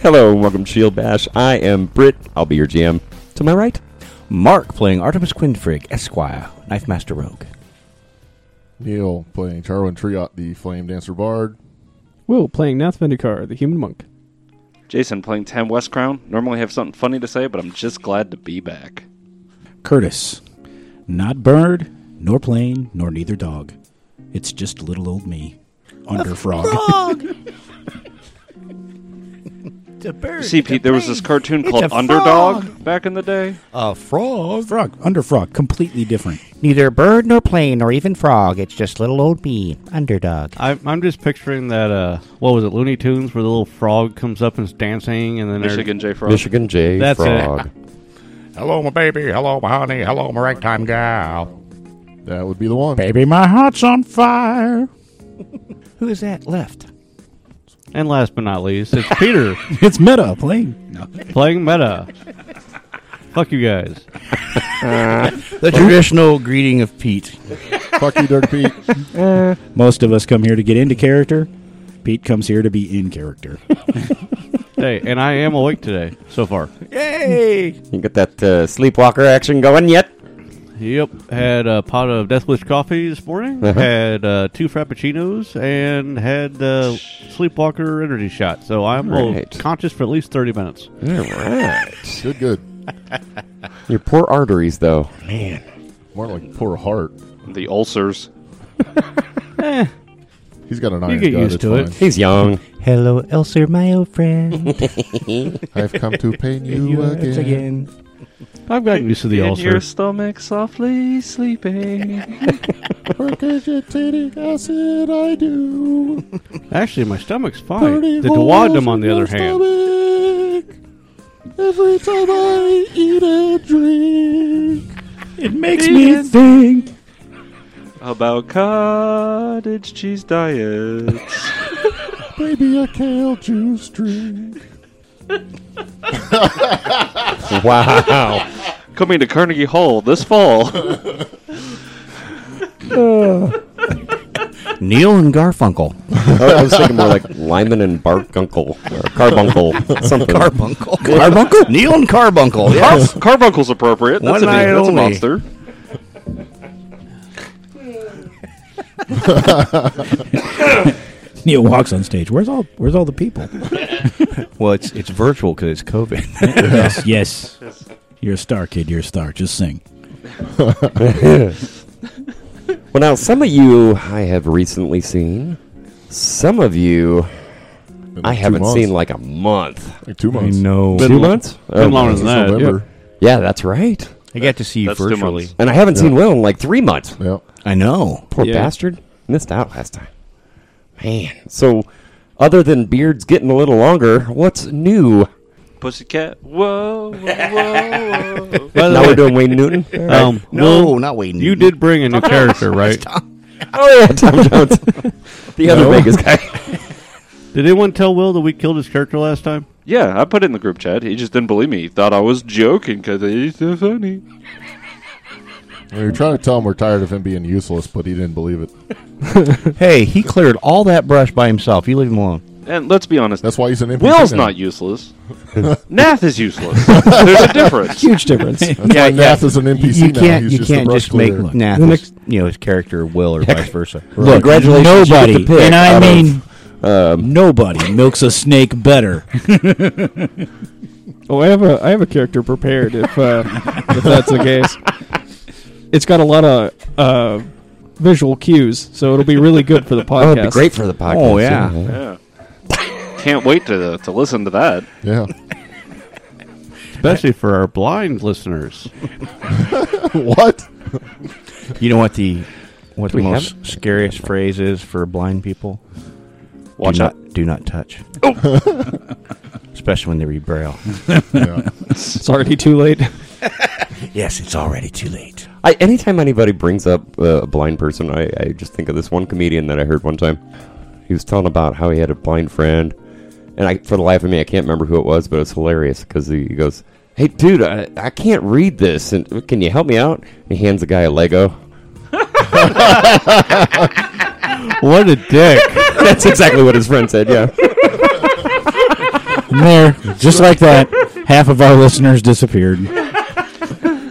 Hello, and welcome to Shield Bash. I am Britt. I'll be your GM. To my right, Mark playing Artemis Quinfrig, Esquire, Knife Master Rogue. Neil playing Charwin Triot, the Flame Dancer Bard. Will playing Nath Vendikar, the human monk. Jason playing Tam West Crown. Normally have something funny to say, but I'm just glad to be back. Curtis. Not bird, nor plane, nor neither dog. It's just little old me. Under frog. The bird. See, Pete, there was this cartoon called a Underdog back in the day. A frog. frog. Under frog. Completely different. Neither bird nor plane nor even frog. It's just little old me, underdog. I'm, I'm just picturing that. Uh, what was it, Looney Tunes, where the little frog comes up and is dancing, and then they're- Michigan J Frog. Michigan J. That's it. Frog. Hello, my baby. Hello, my honey. Hello, my ragtime gal. That would be the one. Baby, my heart's on fire. Who is that left? And last but not least, it's Peter It's meta playing. No. playing Meta. Fuck you guys. The traditional greeting of Pete. Fuck you, Dirty Pete. Most of us come here to get into character. Pete comes here to be in character. Hey, and I am awake today so far. Yay! You got that uh, sleepwalker action going yet? Yep, had a pot of Death Wish coffee this morning. Uh-huh. Had uh, two frappuccinos and had the Sleepwalker energy shot. So I'm uh, Right. conscious for at least thirty minutes. All right. Good, good. your poor arteries, though. More like poor heart. The ulcers. He's got an iron get gut, used it's to it. fine. He's young. Hello, Elser, my old friend. I've come to pain you, again. I've gotten used to the In your ulcer. stomach softly sleeping. Work as your titty acid, I do. Actually, my stomach's fine. Dirty The holes duodenum, on in the your other hand, stomach. Every time I eat a drink. It makes me think. About cottage cheese diets. Maybe a kale juice drink. Wow. Coming to Carnegie Hall this fall. Neil and Garfunkel. Oh, I I was thinking more like Lyman and Barbunkle. Or Carbuncle. Something. Carbuncle. Carbuncle? Neil and Carbuncle. Yes. Carbuncle's appropriate. That's, One a, name. night That's a only. monster. Neil walks on stage. Where's all Where's all the people? well, it's it's virtual because it's COVID. yes, yes. You're a star, kid. You're a star. Just sing. Well, now, some of you I have recently seen. Some of you Been I two haven't months. seen like a month. Like two months. know. Two months? Oh, been longer my. than Since that. November. Yeah, that's right. I got to see you That's two virtually. months. And I haven't seen Will in like three months. Yep. I know. Poor Yeah. bastard. Missed out last time. Man. So, other than beards getting a little longer, what's new? Pussycat. Whoa, whoa, whoa, whoa. By the Now way, we're doing Wayne Newton. um, No, Oh, Will, not waiting. you did bring a new character, right? oh, yeah, Tom Jones. the other Vegas guy. Did anyone tell Will that we killed his character last time? Yeah, I put it in the group chat. He just didn't believe me. He thought I was joking because he's so funny. We were trying to tell him we're tired of him being useless, but he didn't believe it. Hey, he cleared all that brush by himself. You leave him alone. And let's be honest, That's why he's an NPC. Will's now. not useless. Nath is useless. There's a difference. Huge difference. yeah, Nath is an NPC You now. can't. He's you just can't the brush just make clearer. Nath, The his- next- you know, his character Will or vice versa. Look, Congratulations, you Nobody, get to pick and I out of- um, mean nobody, milks a snake better. Oh, I have a I have a character prepared if uh, if that's the case. It's got a lot of uh, visual cues, so it'll be really good for the Oh, podcast. it'd be great for the podcast. Oh, yeah. Yeah. Can't wait to to listen to that. Yeah. Especially for our blind listeners. what? You know what the what the we have most scariest phrase is for blind people? Watch do out. Not, do not touch. Especially when they read braille. Yeah. It's already too late. yes, it's already too late. I, anytime anybody brings up uh, a blind person, I, I just think of this one comedian that I heard one time. He was telling about how he had a blind friend, and I, for the life of me, I can't remember who it was, but it's hilarious because he, he goes, "Hey, dude, I, I can't read this, and can you help me out?" And he hands the guy a Lego. What a dick. That's exactly what his friend said. Yeah, And there, just like that, half of our listeners disappeared.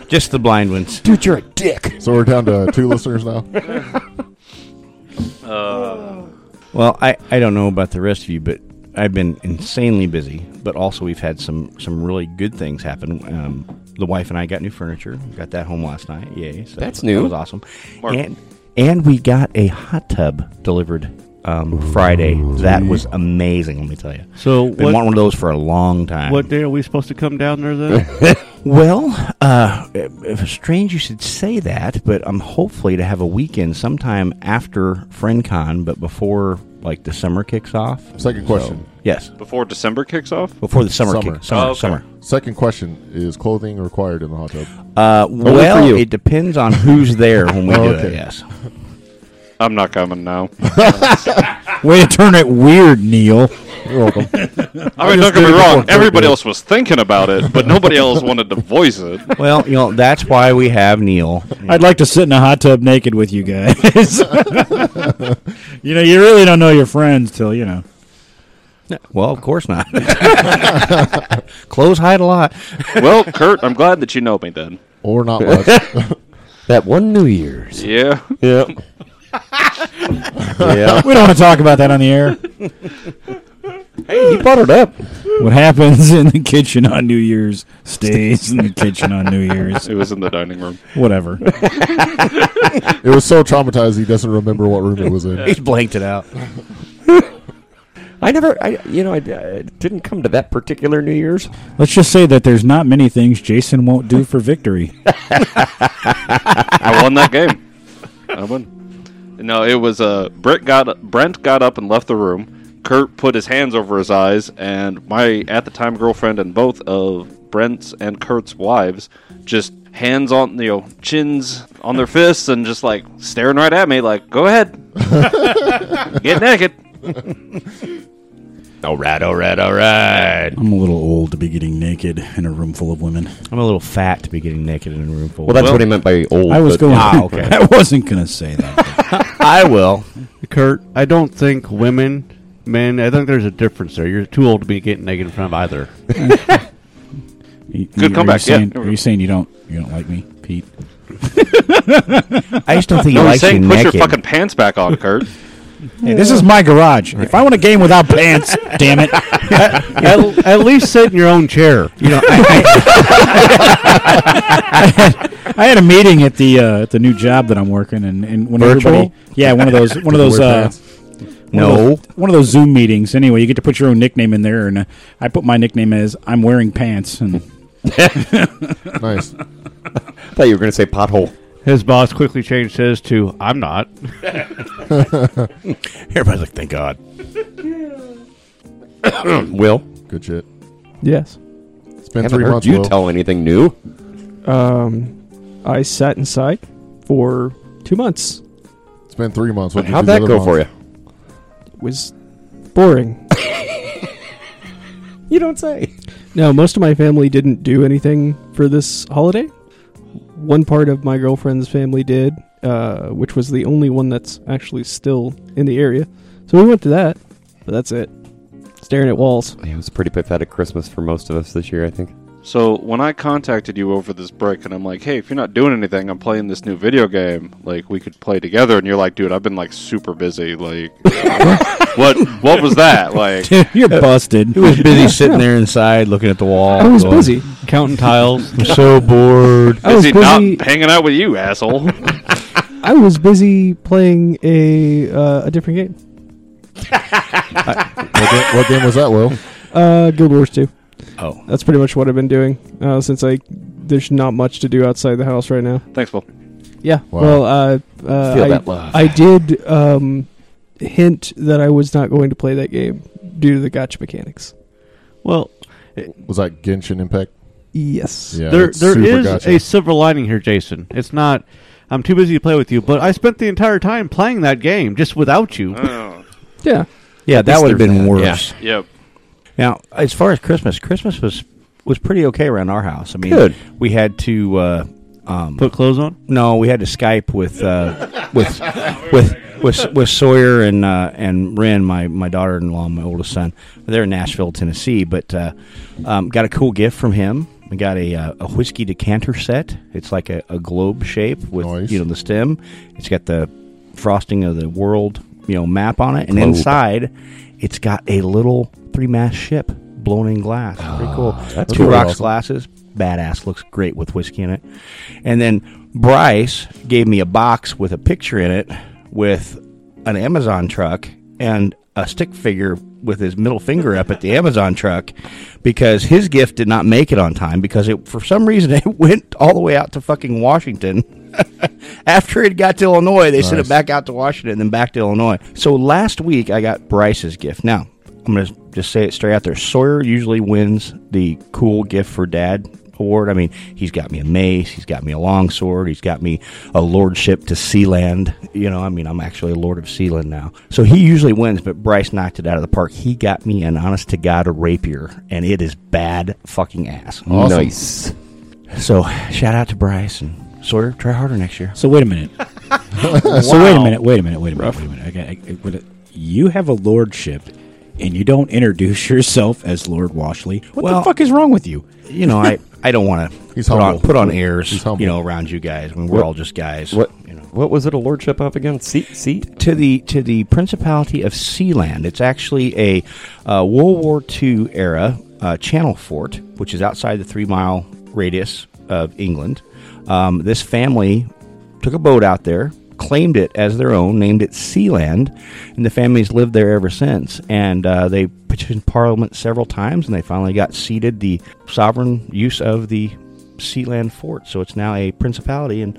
Just the blind ones. Dude, you're a dick. So we're down to two listeners now. Well, I, I don't know about the rest of you, but I've been insanely busy. But also, we've had some some really good things happen. Um, the wife and I got new furniture. Got that home last night. Yay! So That's That new. was awesome. And and we got a hot tub delivered um, Friday. That was amazing. Let me tell you. So Been wanting what, one of those for a long time. what day are we supposed to come down there then? Well, uh, if- strange you should say that, but I'm hopefully to have a weekend sometime after FriendCon, but before like the summer kicks off. Second question. Yes, Before December kicks off? before the summer Summer. kick, summer, Oh, okay. summer. Second question is clothing required in the hot tub? Uh, well, you. it depends on who's there when we do it. Oh, Okay. Yes. I'm not coming now. Way to turn it weird, Neil. You're welcome. I mean, don't get me wrong. Everybody else was thinking about it, but nobody else wanted to voice it. Well, you know that's why we have Neil. I'd like to sit in a hot tub naked with you guys. you know, you really don't know your friends till you know. Well, of course not. Clothes hide a lot. Well, Kurt, I'm glad that you know me then. or not much. That one New Year's. Yeah. Yep. yeah. We don't want to talk about that on the air. Hey, you brought it up. What happens in the kitchen on New Year's stays in the kitchen on New Year's. It was in the dining room. Whatever. it was so traumatized he doesn't remember what room it was in. He's blanked it out. I never, I, you know, I, I didn't come to that particular New Year's. Let's just say that there's not many things Jason won't do for victory. I won that game. I won. No, it was uh, Brent got Brent got up and left the room. Kurt put his hands over his eyes, and my at the time girlfriend and both of Brent's and Kurt's wives just hands on you know chins on their fists and just like staring right at me like go ahead get naked All right, all right, all right. I'm a little old to be getting naked in a room full of women. I'm a little fat to be getting naked in a room full. Well, that's Well, what he meant by old. I was but- going. Ah, okay. I wasn't going to say that. I will. Kurt, I don't think women, men, I think there's a difference there. You're too old to be getting naked in front of either. You- Good are you comeback, yeah. saying- Are you saying you don't you don't like me, Pete? I just don't think he no he's likes you saying put naked. your fucking pants back on Kurt Hey, this is my garage. If I want a game without pants, damn it. at, at least sit in your own chair. You know, I, I, I had a meeting at the uh, at the new job that I'm working, and, and when Virtual? everybody, yeah, one of those one of those uh, one of No. those- one of those Zoom meetings. Anyway, you get to put your own nickname in there, and uh, I put my nickname as I'm wearing pants, and Nice. I thought you were going to say pothole. His boss quickly changed his to, I'm not. Everybody's like, thank God. Will, Good shit. Yes. It's been haven't three heard months. you Will. tell anything new. Um, I sat inside for two months. It's been three months. What'd you How'd do that the go other for you? month? It was boring. You don't say. Now, most of my family didn't do anything for this holiday. One part of my girlfriend's family did, uh, which was the only one that's actually still in the area. So we went to that, but that's it. Staring at walls. It was a pretty pathetic Christmas for most of us this year, I think. So when I contacted you over this break, and I'm like, "Hey, if you're not doing anything, I'm playing this new video game. Like, we could play together." And you're like, "Dude, I've been like super busy. Like, what? What was that? Like, you're busted. He was busy sitting there inside looking at the wall. I was going, busy. Counting tiles. I'm so bored. I was busy busy. not hanging out with you, asshole." I was busy playing a uh, a different game. What game, what game was that, Will? Uh, Guild Wars Two. Oh. That's pretty much what I've been doing uh, since I. There's not much to do outside the house right now. Thanks, Bill. Yeah. Wow. Well, uh, uh, Feel I, that love. I did um, hint that I was not going to play that game due to the gotcha mechanics. Well, Was that Genshin Impact? Yes. Yeah. there, it's there super is gotcha. a silver lining here, Jason. It's not, I'm too busy to play with you, but I spent the entire time playing that game just without you. Oh, Yeah. Yeah, that would have been there's that. worse. yep. Now, as far as Christmas, Christmas was was pretty okay around our house. I mean, Good. we had to uh, um, Put clothes on? no, we had to Skype with uh, with with with with Sawyer and uh, and Ren, my my daughter-in-law, and my oldest son. They're in Nashville, Tennessee, but uh, um, got a cool gift from him. We got a uh, a whiskey decanter set. It's like a, a globe shape with Nice. you know the stem. It's got the frosting of the world you know map on it, and Globe. inside it's got a little three-mast ship blown in glass. Pretty cool. Ah, that's Two really rocks awesome. glasses. Badass. Looks great with whiskey in it. And then Bryce gave me a box with a picture in it with an Amazon truck and a stick figure with his middle finger up at the Amazon truck because his gift did not make it on time because it for some reason it went all the way out to fucking Washington. After it got to Illinois, they sent it Nice. back out to Washington and then back to Illinois. So last week I got Bryce's gift. Now, I'm going to just say it straight out there. Sawyer usually wins the cool gift for dad award. I mean, he's got me a mace, he's got me a longsword, he's got me a lordship to Sealand. You know, I mean, I'm actually a lord of Sealand now. So he usually wins, but Bryce knocked it out of the park. He got me an honest to God rapier, and it is bad fucking ass. Awesome. Nice. So shout out to Bryce and Sawyer, try harder next year. So wait a minute. So wait a mingot, wait a minute, wait a minute, wait a minute. I got, I, I- wait a- you have a lordship, and you don't introduce yourself as Lord Washley. What Well- the fuck is wrong with you? you know, I, I don't want to He's put on, humble. put on airs, He's humble. you know, around you guys. I mean, we're What- all just guys. What You know. what was it a lordship of again? Seat seat. To the to the Principality of Sealand. It's actually a uh, World War II era uh, channel fort, which is outside the three mile radius of England. Um, this family took a boat out there, claimed it as their own, named it Sealand, and the family's lived there ever since. And uh, they petitioned Parliament several times, and they finally got ceded the sovereign use of the Sealand Fort. So it's now a principality, and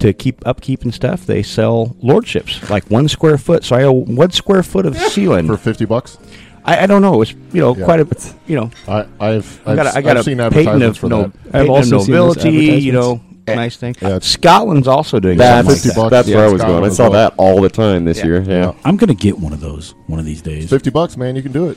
to keep upkeep and stuff, they sell lordships, like one square foot. So I owe one square foot of Sealand. for fifty bucks. I, I don't know. It's you know Yeah. quite a you know. I, I've I I've, got a, I have got a seen patent advertisements of for no, that. I've patent of also seen those nobility. You know, advertisements. nice thing. Yeah. Scotland's also doing That's something like that. $50. that's Yeah, where I was Scott going. I was saw going. that all the time this year. Yeah. I'm gonna get one of those one of these days. Fifty bucks, man. You can do it.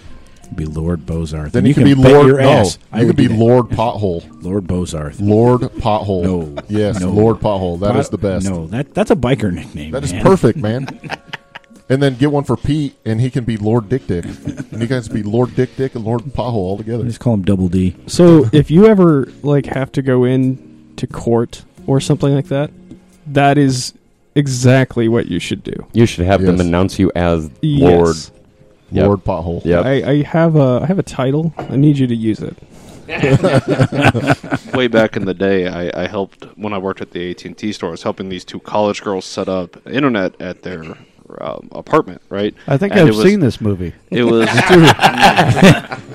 Be Lord Bozarth. Then and you, can, be bet Lord. Your no, ass. I you would can be do that. Lord Pothole. Lord Bozarth. Lord Pothole. No. Yes, No. Lord Pothole. That is Pot- the best. No, that that's a biker nickname. That is man. perfect, man. and then get one for Pete, and he can be Lord Dick Dick, and you guys be Lord Dick Dick and Lord Pothole all together. Just call him Double D. So if you ever like have to go in to court or something like that, that is exactly what you should do. You should have them Yes. announce you as Lord. Yes. Yep. Lord Pothole. Yep. I, I have a I have a title. I need you to use it. way back in the day, I, I helped when I worked at the AT and T store. I was helping these two college girls set up internet at their um, apartment. Right? I think And I've it was- seen this movie. It was.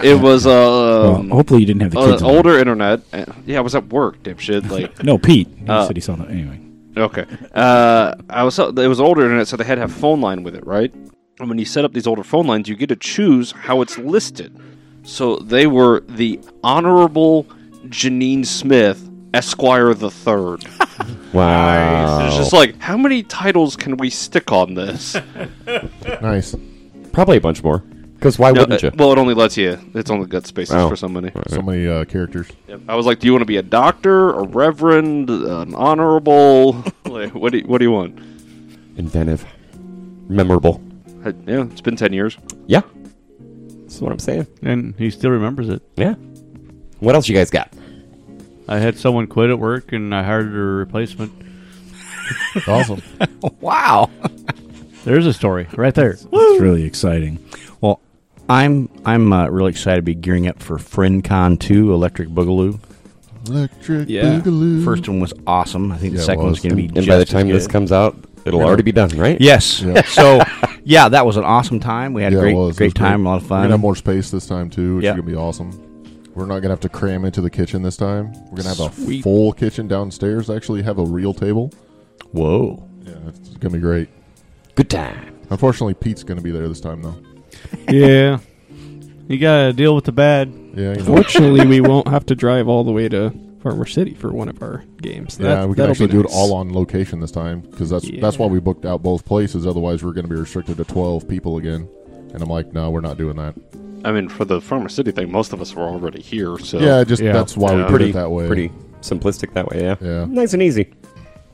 it was um, well, hopefully you didn't have the uh, kids. around. older internet. Uh, Yeah, I was at work, dipshit. Like No, Pete. He Uh, said he saw that anyway. Okay. Uh, I was it was older internet, so they had to have phone line with it, right? And when you set up these older phone lines, you get to choose how it's listed. So they were the Honorable Janine Smith, Esquire the Third. Wow. It's just like, how many titles can we stick on this? Nice. Probably a bunch more. Because why No, wouldn't uh, you? well, it only lets you. It's only got spaces Oh. for somebody. So many uh, characters. I was like, do you want to be a doctor, a reverend, an honorable? like, what do you, what do you want? Inventive. Memorable. I- yeah, it's been ten years. Yeah. That's what I'm saying. And he still remembers it. Yeah. What else you guys got? I had someone quit at work and I hired a replacement. Awesome. Wow. There's a story right there. It's really exciting. Well, I'm I'm uh, really excited to be gearing up for FriendCon 2 Electric Boogaloo. Electric Yeah. Boogaloo. First one was awesome. I think Yeah, the it second one's was. going to be and just by the time as this good. comes out, it'll already be done, right? Yes. So, yeah, that was an awesome time. We had Yeah, a it great was. It great was time, a lot of We're gonna have fun. more space this time too, which Yeah. is gonna be awesome. We're not gonna have to cram into the kitchen this time. We're gonna have a full kitchen downstairs. Actually, have a real table. Whoa. Yeah, it's gonna be great. Good time. Unfortunately, Pete's gonna be there this time though. Yeah. You gotta deal with the bad. Yeah, you know. Fortunately, we won't have to drive all the way to Farmer City for one of our games. yeah, we can actually do it all on location this time because that's that's why we booked out both places. Otherwise, we're gonna be restricted to twelve people again. And I'm like, no, we're not doing that. I mean, for the Farmer City thing, most of us were already here. So yeah, just Yeah. that's why Yeah. we did Pretty it that way. Pretty simplistic that way, yeah. Yeah. Nice and easy.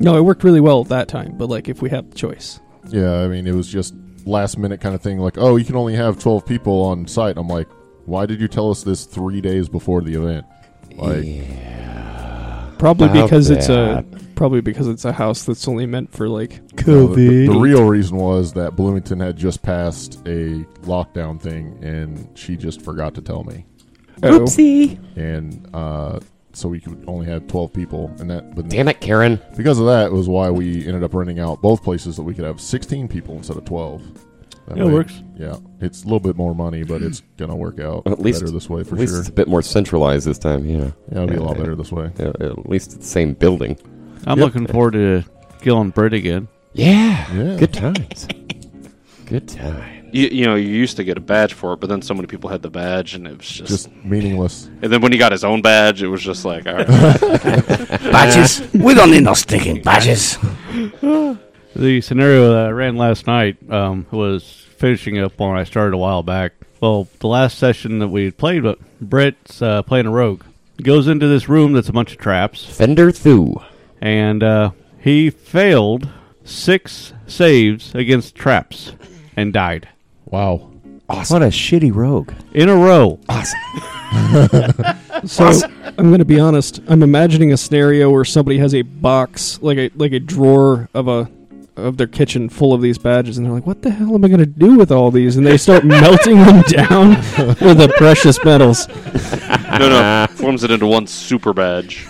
No, it worked really well that time. But like, if we have the choice, Yeah, I mean, it was just last minute kind of thing. Like, oh, you can only have twelve people on site. I'm like, why did you tell us this three days before the event? Like, Probably About because it's a probably because it's a house that's only meant for like No, the, the real reason was that Bloomington had just passed a lockdown thing, and she just forgot to tell me. oh, And uh, so we could only have twelve people, and that. But Damn it, Karen. because of that was why we ended up renting out both places that we could have sixteen people instead of twelve. That Yeah, it works. Yeah, it's a little bit more money, but it's gonna work out At least- better this way for at least sure. it's a bit more centralized this time. Yeah. Yeah, it'll be a lot better this way. Uh, At least it's the same building. I'm Yep. looking forward to killing Britt again. Yeah. Yeah. Good times. Good time. You, you know, you used to get a badge for it, but then so many people had the badge, and it was just. Just meaningless. and then when he got his own badge, it was just like, all right. Badges? we don't need no stinking badges. The scenario that I ran last night um, was finishing up one I started a while back. Well, the last session that we played, but Britt's uh, playing a rogue. Goes into this room that's a bunch of traps, Fender Thu. and uh, he failed six saves against traps and died Wow. What a shitty rogue. in a row. So I'm going to be honest. I'm imagining a scenario where somebody has a box, like a like a drawer of a of their kitchen full of these badges, and they're like, "What the hell am I going to do with all these?" And they start melting them down with the precious metals. no, no. Forms it into one super badge.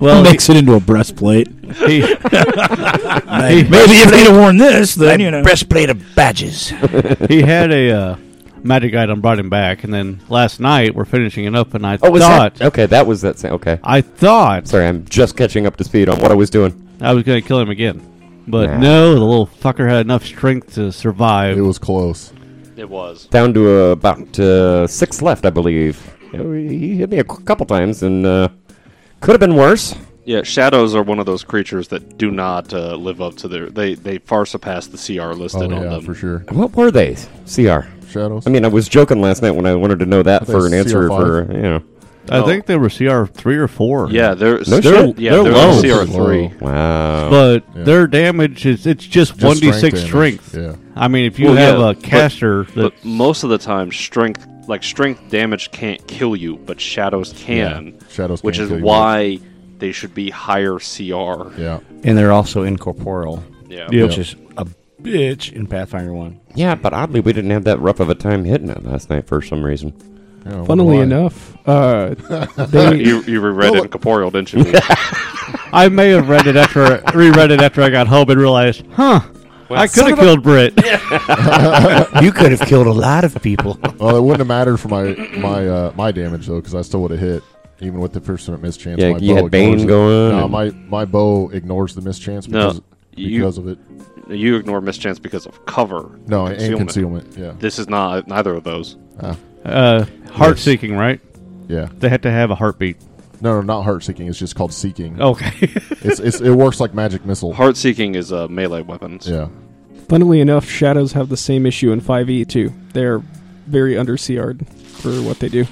Well, Mix it into a breastplate. he, he- Maybe, if they'd have worn this, then you know. Breastplate of badges. he had a uh, magic item brought him back, and then last night we're finishing it up, and I Oh, was thought that? Okay, that was that. Sa- okay. I thought Sorry, I'm just catching up to speed on what I was doing. I was gonna kill him again, but Nah. no, the little fucker had enough strength to survive. It was close. It was. Down to uh, about uh, six left, I believe. You know, He hit me a c- couple times, and uh, could have been worse. Yeah, shadows are one of those creatures that do not uh, live up to their. They they far surpass the CR Oh listed on yeah, them. for sure. What were they? CR. Shadows. I mean, I was joking last night when I wanted to know that they for an answer CR5? for you know. I Oh. think they were CR three or four. Yeah, they're No they're, shit. yeah, They're they're, low. CR three. Wow. but Yeah. their damage is it's just Just one d six strength strength. damage, I mean, if you Well, have yeah, a but- caster, that, But most of the time, strength like strength damage can't kill you, but shadows can. shadows which can is kill you. why they should be higher CR. Yeah. And they're also incorporeal, Yeah. Yeah. which is a bitch in Pathfinder 1. yeah, but oddly, we didn't have that rough of a time hitting it last night for some reason. Yeah, I Oh, wonder Funnily why. enough, uh, they You, you reread it in corporeal, didn't you? I may have read it after reread it after I got home and realized, huh, I could have killed Britt. You could have killed a lot of people. Well, it wouldn't have mattered for my my uh, my damage though, because I still would have hit even with the first mischance. Yeah, my you bow had Bane ignores it. going No, and- my my bow ignores the mischance No, because you- because of it. you ignore mischance because of cover. No, and concealment. Yeah, This is not neither of those. Uh, heart seeking, right? yeah. They had to have a heartbeat. No, no, not heart seeking. It's just called seeking. Okay. It's, it's it works like magic missile. Heart seeking is uh, melee weapons. Yeah, funnily enough, shadows have the same issue in 5e too. They're very under CR'd for what they do.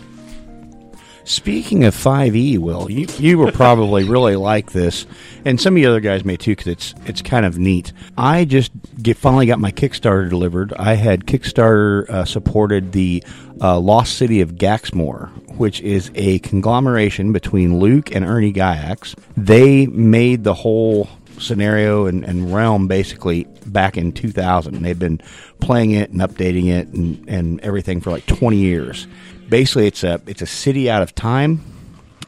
Speaking of 5e, Will, you, you will probably really like this, and some of you other guys may too, because it's it's kind of neat. I just get, finally got my Kickstarter delivered. I had Kickstarter uh, supported the uh, Lost City of Gaxmore, which is a conglomeration between Luke and Ernie Gyax. They made the whole scenario and, and realm basically back in 2000. And They've been playing it and updating it and, and everything for like 20 years. Basically, it's a it's a city out of time.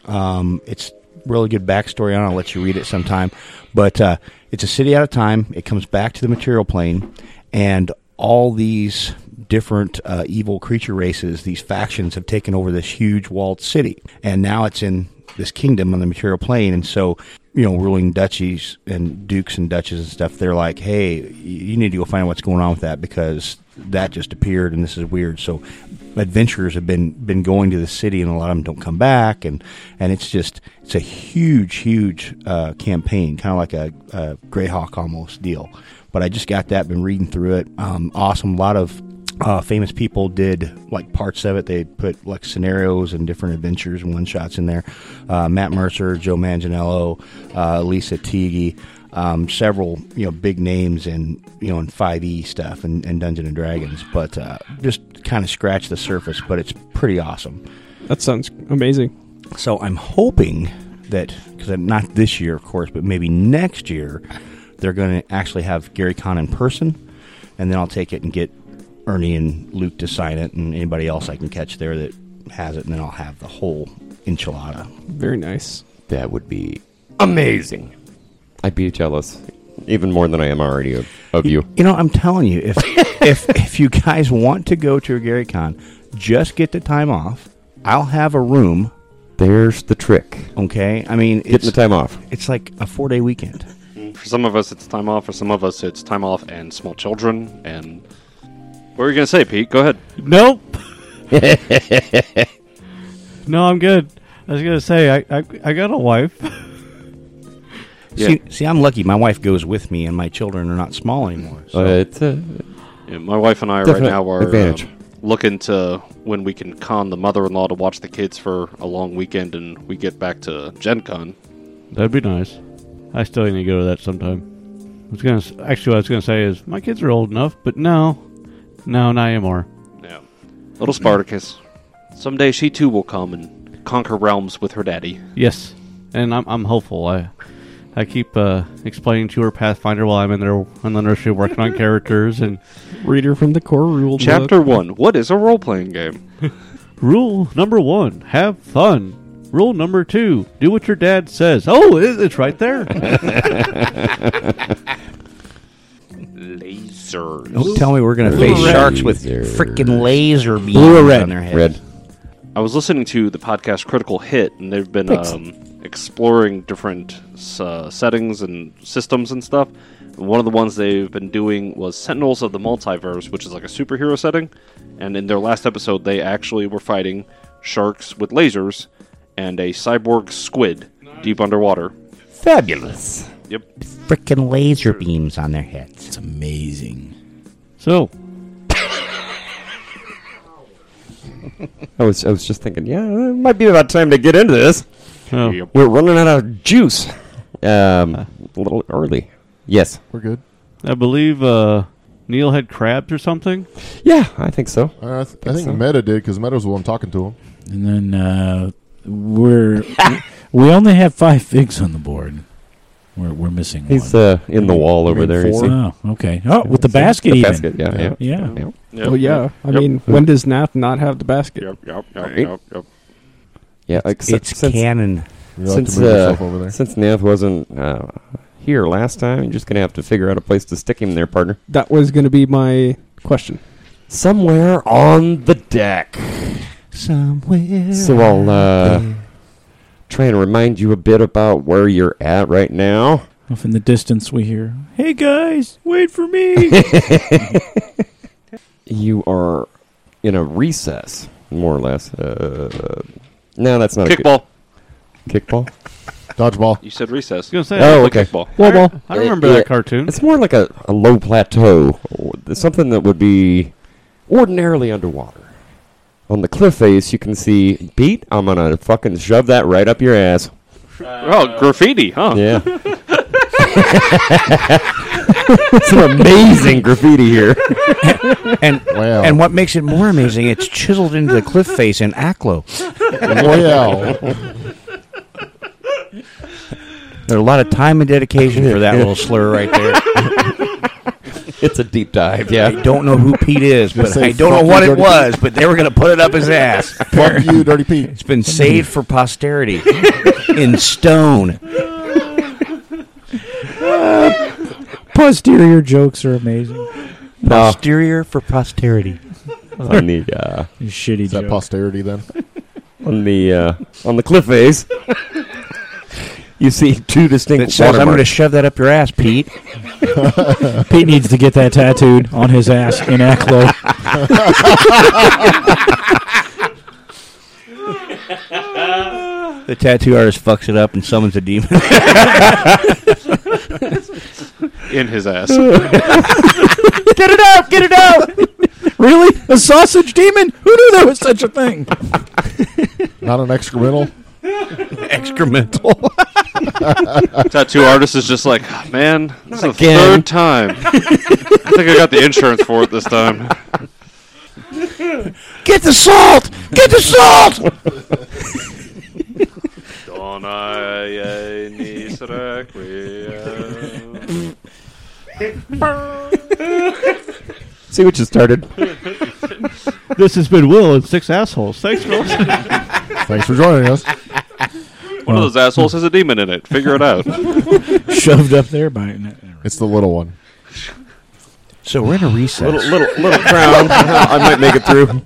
Um, it's really good backstory on. it. I'll let you read it sometime. But uh, it's a city out of time. It comes back to the material plane, and all these different uh, evil creature races, these factions, have taken over this huge walled city, and now it's in this kingdom on the material plane. And so, you know, ruling duchies and dukes and duchesses and stuff, they're like, "Hey, y- you need to go find out what's going on with that because that just appeared and this is weird." So, adventurers have been been going to the city, and a lot of them don't come back, and and it's just it's a huge, huge uh, campaign, kind of like a, a Greyhawk almost deal. But I just got that, been reading through it. Um, awesome, a lot of uh, famous people did like parts of it. They put like scenarios and different adventures and one shots in there. Uh, Matt Mercer, Joe Manganiello, uh, Lisa Teague. um, several you know big names in you know in 5e stuff and, and Dungeon and Dragons, but uh, just kind of scratch the surface. But it's pretty awesome. That sounds amazing. So I'm hoping that because I'm not this year, of course, but maybe next year they're going to actually have Gary Con in person, and then I'll take it and get Ernie and Luke to sign it, and anybody else I can catch there that has it, and then I'll have the whole enchilada. Very nice. That would be amazing. I'd be jealous, even more than I am already of, of you. You know, I'm telling you, if if if you guys want to go to a Gary Con, just get the time off. I'll have a room. There's the trick. Okay, I mean, Getting the it's time off. it's like a four day weekend. For some of us, it's time off. For some of us, it's time off and small children. And what were you gonna say, Pete? Go ahead. Nope. no, I'm good. I was gonna say I I, I got a wife. Yeah. See, see, I'm lucky. My wife goes with me, and my children are not small anymore. So. Uh, it's, uh, Yeah, my wife and I Definite right now are um, advantage. looking to when we can con the mother-in-law to watch the kids for a long weekend, and we get back to Gen Con. That'd be nice. I still need to go to that sometime. I was gonna s- actually what I was gonna say is my kids are old enough, but no, no, not anymore. Yeah, little Spartacus. Someday she too will come and conquer realms with her daddy. Yes, and I'm I'm hopeful. I I keep uh, explaining to her Pathfinder while I'm in there in the nursery working on characters and Reader from the core rule book. Chapter one: What is a role-playing game? Rule number one: have fun. Rule number two: do what your dad says. Oh, it, it's right there. Lasers. Don't tell me we're going to face sharks with freaking laser beams on their heads. Red. I was listening to the podcast Critical Hit, and they've been um, exploring different uh, settings and systems and stuff. And one of the ones they've been doing was Sentinels of the Multiverse, which is like a superhero setting. And in their last episode, they actually were fighting sharks with lasers and a cyborg squid deep underwater. Fabulous. Yep. Freaking laser beams on their heads. It's amazing. so I was, I was just thinking, yeah, it might be about time to get into this. oh, Yep. We're running out of juice. Um, a little early. Yes. We're good. I believe uh, Neil had crabs or something. Yeah, I think so. Uh, I, th- I think Meta did because Meta's the one talking to him. And then uh, we're we only have five figs on the board. We're we're missing He's one. uh, in the wall over mean there. You four? see? oh, okay. Oh, with the basket the even. basket, yeah, yeah. Yeah. yeah. Yep. Oh yeah. I Yep. mean, when does Nat not have the basket? Yep, yep, yep, Right. yep, yep. Yeah, except It's since, canon. You have since, to move uh, yourself over there. since Nev wasn't uh, here last time, you're just going to have to figure out a place to stick him there, partner. That was going to be my question. Somewhere on the deck. Somewhere. So I'll uh, try and remind you a bit about where you're at right now. Off in the distance, we hear, "Hey guys, wait for me." You are in a recess, more or less. Uh, no, that's not a Kickball. good kickball. Dodgeball. You said recess. I was gonna say, Oh, I- okay. Kickball. Well, well, I remember Yeah. that cartoon. It's more like a, a low plateau, or th- something that would be ordinarily underwater. On the cliff face, you can see, Pete, I'm going to fucking shove that right up your ass. oh, graffiti, huh? Yeah. It's an amazing graffiti here. And Wow. and what makes it more amazing, it's chiseled into the cliff face in Aklo. wow. There's a lot of time and dedication for that little slur right there. It's a deep dive, I yeah. don't know who Pete is, but say I don't fuck know you, what it Dirty was, but they were going to put it up his ass. Fuck you, Dirty Pete. It's been saved for posterity in stone. Posterior jokes are amazing. No, Posterior for posterity. on the, uh, Shitty Is that joke. posterity then? on the, uh, on the cliff face, you see two distinct That says, I'm going to watermarks. shove that up your ass, Pete. Pete needs to get that tattooed on his ass in Aklo. The tattoo artist fucks it up and summons a demon. In his ass. Get it out! Get it out! really? A sausage demon? Who knew there was such a thing? Not an excremental. Excremental. Tattoo artist is just like, "Ah, man, this is the third time. I think I got the insurance for it this time. Get the salt! Get the salt! Don't I, I need to requiem. See what you started. This has been Will and Six Assholes. Thanks, Will. Thanks for joining us. One of those assholes has a demon in it. Figure it out. Shoved up there by. no, never mind. It's the little one. So we're in a recess. little little crown. Uh, I might make it through.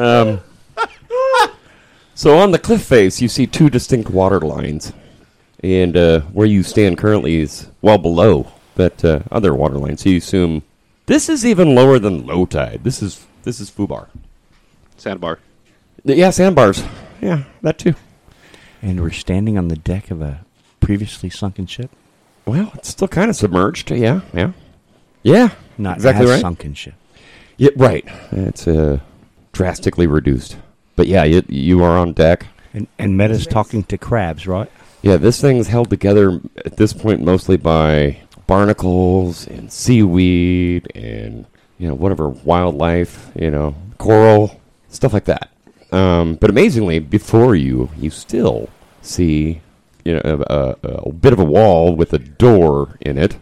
Um, so on the cliff face, you see two distinct water lines, and uh, where you stand currently is well below that uh, other water line. So you assume this is even lower than low tide. This is this is Fubar. Sandbar. Yeah, sandbars. Yeah, that too. And we're standing on the deck of a previously sunken ship. Well, it's still kind of submerged. Yeah, yeah, yeah. Not exactly as right. sunken ship. Yeah, right. It's uh, drastically reduced. But yeah, you, you are on deck. And, and Meta's talking to crabs, right? Yeah, this thing's held together at this point mostly by barnacles and seaweed and you know whatever wildlife, you know, coral stuff like that. Um, but amazingly, before you, you still see you know a, a, a bit of a wall with a door in it.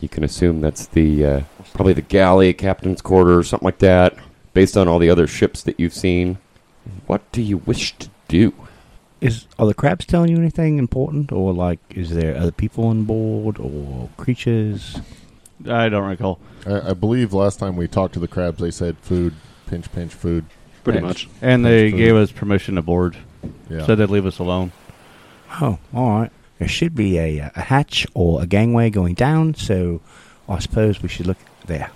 You can assume that's the uh, probably the galley, captain's quarters, something like that, based on all the other ships that you've seen. What do you wish to do? Is are the crabs telling you anything important, or like, is there other people on board, or creatures? I don't recall. I, I believe last time we talked to the crabs, they said food, pinch, pinch, food. Pretty And- much. And they Understood. gave us permission to board. Yeah. Said they'd leave us alone. Oh, all right. There should be a, uh, a hatch or a gangway going down, so I suppose we should look there.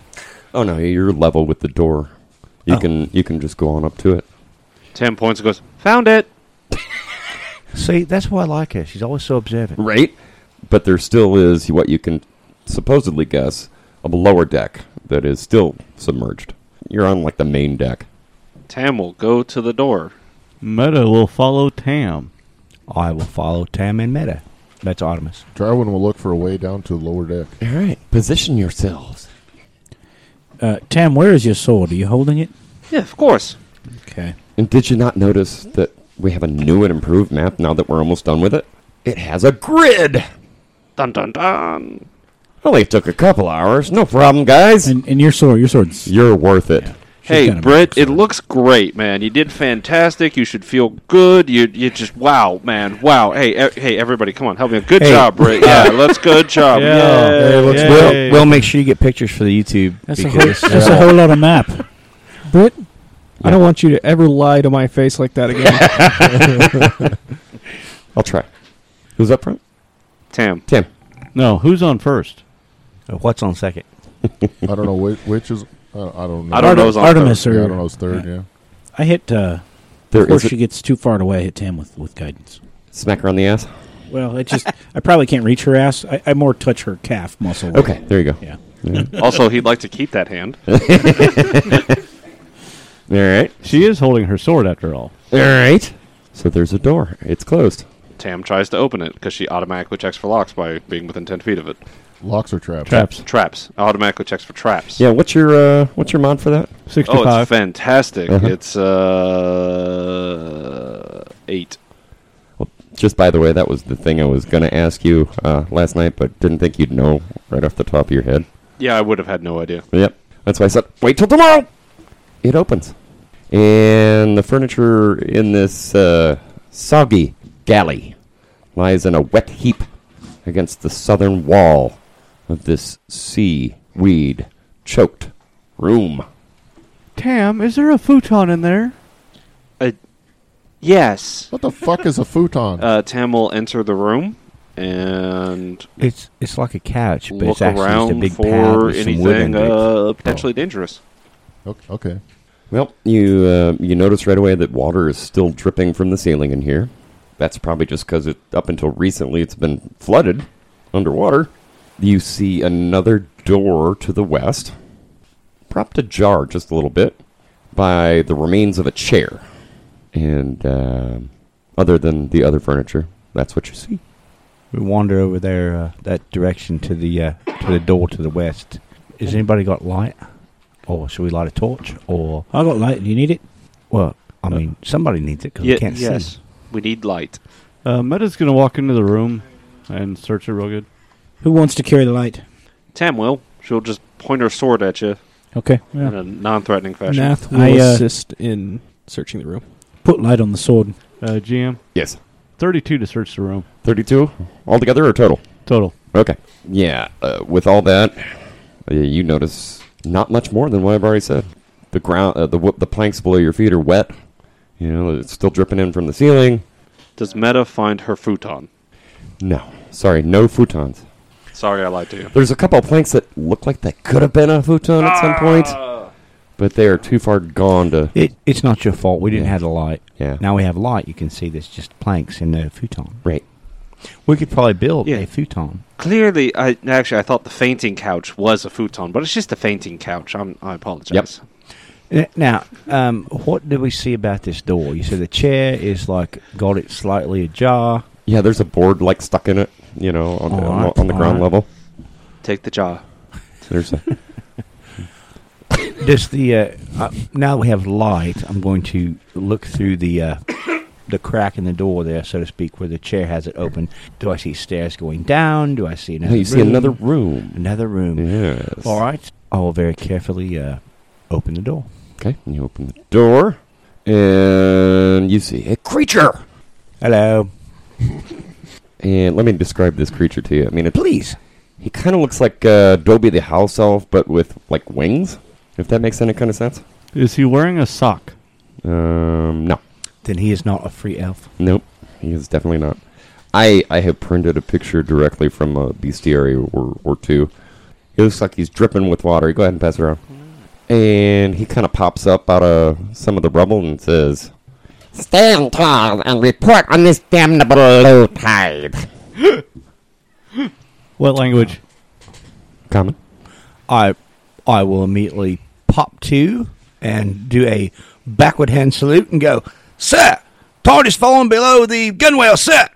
Oh no, you're level with the door. You Oh. can you can just go on up to it. Ten points goes, found it. See, that's why I like her. She's always so observant. Right. But there still is what you can supposedly guess a lower deck that is still submerged. You're on like the main deck. Tam will go to the door. Meta will follow Tam. I will follow Tam and Meta. That's Artemis. Darwin will look for a way down to the lower deck. All right. Position yourselves. Uh, Tam, where is your sword? Are you holding it? Yeah, of course. Okay. And did you not notice that we have a new and improved map now that we're almost done with it? It has a grid. Dun dun dun. Only took a couple hours. No problem, guys. And, and your sword, your sword's. You're worth it. she's Hey, got a Britt, it sword. looks great, man. You did fantastic. You should feel good. You, you just wow, man, wow. Hey, e- hey, everybody, come on, help me. Good job, Britt. Yeah, let's good job. Yeah. Yay. Hey, looks Yay. good. We'll make sure you get pictures for the YouTube. That's, a whole, because that's a whole lot of map. Britt, I don't want you to ever lie to my face like that again. I'll try. Who's up front? Tam, Tim. No, who's on first? Uh, what's on second? I don't know which, which is. I don't, I don't know. I don't know who's on Artemis Yeah, I or don't know. It's third. Yeah. I hit. Uh, There before is she a gets too far away, I hit Tam with, with guidance. smacker on the ass. Well, it just. I probably can't reach her ass. I, I more touch her calf muscle. Okay, there you go. Yeah. third. Also, he'd like to keep that hand. All right. She is holding her sword after all. All right. So there's a door. It's closed. Tam tries to open it because she automatically checks for locks by being within ten feet of it. Locks or traps? Traps. Traps automatically checks for traps. Yeah. What's your uh, what's your mod for that? 65. Oh, it's fantastic. Uh-huh. It's uh eight. Just by the way, that was the thing I was gonna ask you uh, last night, but didn't think you'd know right off the top of your head. Yeah, I would have had no idea. Yep. That's why I said wait till tomorrow. It opens, and the furniture in this uh, soggy galley lies in a wet heap against the southern wall of this sea weed choked room. Tam, is there a futon in there? Yes. What the fuck is a futon? Uh, Tam will enter the room and It's it's like a couch, but look it's actually just a around big pad for with some wood anything under it. uh, potentially dangerous. okay. okay. Well, you uh, you notice right away that water is still dripping from the ceiling in here. That's probably just because it up until recently it's been flooded underwater. You see another door to the west, propped ajar just a little bit by the remains of a chair, uh, and um other than the other furniture, that's what you see. We wander over there uh, that direction to the uh, to the door to the west. Has anybody got light? Or should we light a torch? Or I got light. Do you need it? well, I mean, somebody needs it because Ye- we can't yes, see. we need light. Uh, Meta's gonna walk into the room and search it real good. Who wants to carry the light? Tam will. She'll just point her sword at you Okay. yeah. in a non-threatening fashion. Nath will I, uh, assist in searching the room. Put light on the sword. Uh, GM, Yes. thirty-two to search the room 32 altogether or total? total. Okay. Yeah, uh, with all that, uh, you notice not much more than what I've already said. The ground, uh, the wo- the planks below your feet are wet. You know, it's still dripping in from the ceiling. Does Meta find her futon? No, sorry, no futons. Sorry, I lied to you. There's a couple of planks that look like they could have been a futon at some point, Ah. but they are too far gone to. It, it's not your fault. We didn't Yeah. have the light. Yeah. Now we have light. You can see there's just planks and no futon. Right. We could probably build Yeah. a futon. Clearly, I actually I thought the fainting couch was a futon, but it's just a fainting couch. I'm, I apologize. N- Now, um, what do we see about this door? You said the chair is like got it slightly ajar. Yeah, there's a board like stuck in it. You know, on, the, All on, right, the- on the all ground right. level. Take the jaw. There's a, Does the uh, uh, now we have light? I'm going to look through the uh, the crack in the door there, so to speak, where the chair has it open. Do I see stairs going down? Do I see another? you see room? another room. another room. Yes. All right. I will very carefully uh, open the door. Okay, and you open the door, and you see a creature. Hello, And let me describe this creature to you. I mean, it, please. he kind of looks like uh, Dobie the house elf, but with like wings. If that makes any kind of sense. Is he wearing a sock? Um, no, Then he is not a free elf. nope, he is definitely not. I I have printed a picture directly from a bestiary or or two. He looks like he's dripping with water. Go ahead and pass it around. And he kind of pops up out of some of the rubble and says, Stand tall and report on this damnable low tide. What language? "Common." I I will immediately pop to and do a backward hand salute and go, Sir, tide is falling below the gunwale, sir.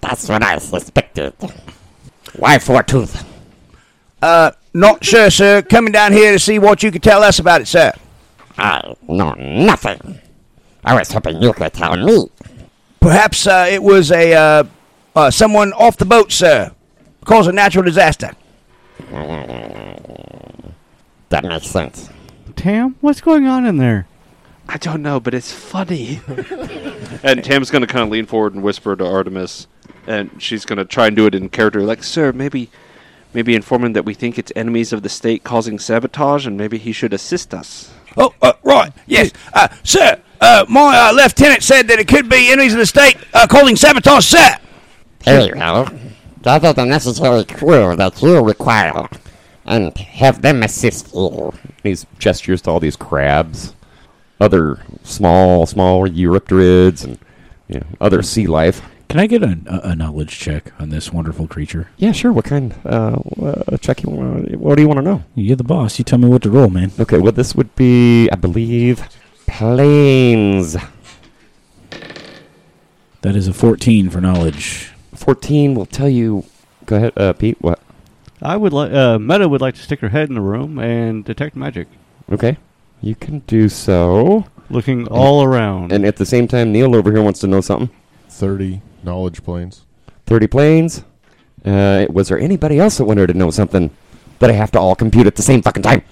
That's what I suspected. Why Fortooth? Uh, not sure, sir. Coming down here to see what you could tell us about it, sir. I know nothing. I was hoping you could tell me. Perhaps uh, it was a uh, uh, someone off the boat, sir, caused a natural disaster. That makes sense. Tam, what's going on in there? I don't know, but it's funny. and Tam's going to kind of lean forward and whisper to Artemis, and she's going to try and do it in character, like, "Sir, maybe, maybe inform him that we think it's enemies of the state causing sabotage, and maybe he should assist us." Oh, uh, right. Yes, uh, sir. Uh, my uh, lieutenant said that it could be enemies of the state uh, causing sabotage, sir. There you go. Gather the necessary crew that you require and have them assist you. These gestures to all these crabs, other small, small Eurypterids, and you know, other sea life. Can I get a, a, a knowledge check on this wonderful creature? Yeah, sure. What kind? Uh, uh, check you want? What do you want to know? You're the boss. You tell me what to roll, man. Okay. Well, this would be, I believe, planes. That is a 14 for knowledge. Fourteen will tell you. Go ahead, uh, Pete. What? I would like uh, Meta would like to stick her head in the room and detect magic, Okay. You can do so. looking all around. And at the same time, Neil over here wants to know something. Thirty knowledge planes. Thirty planes. Uh, was there anybody else that wanted to know something that I have to all compute at the same fucking time?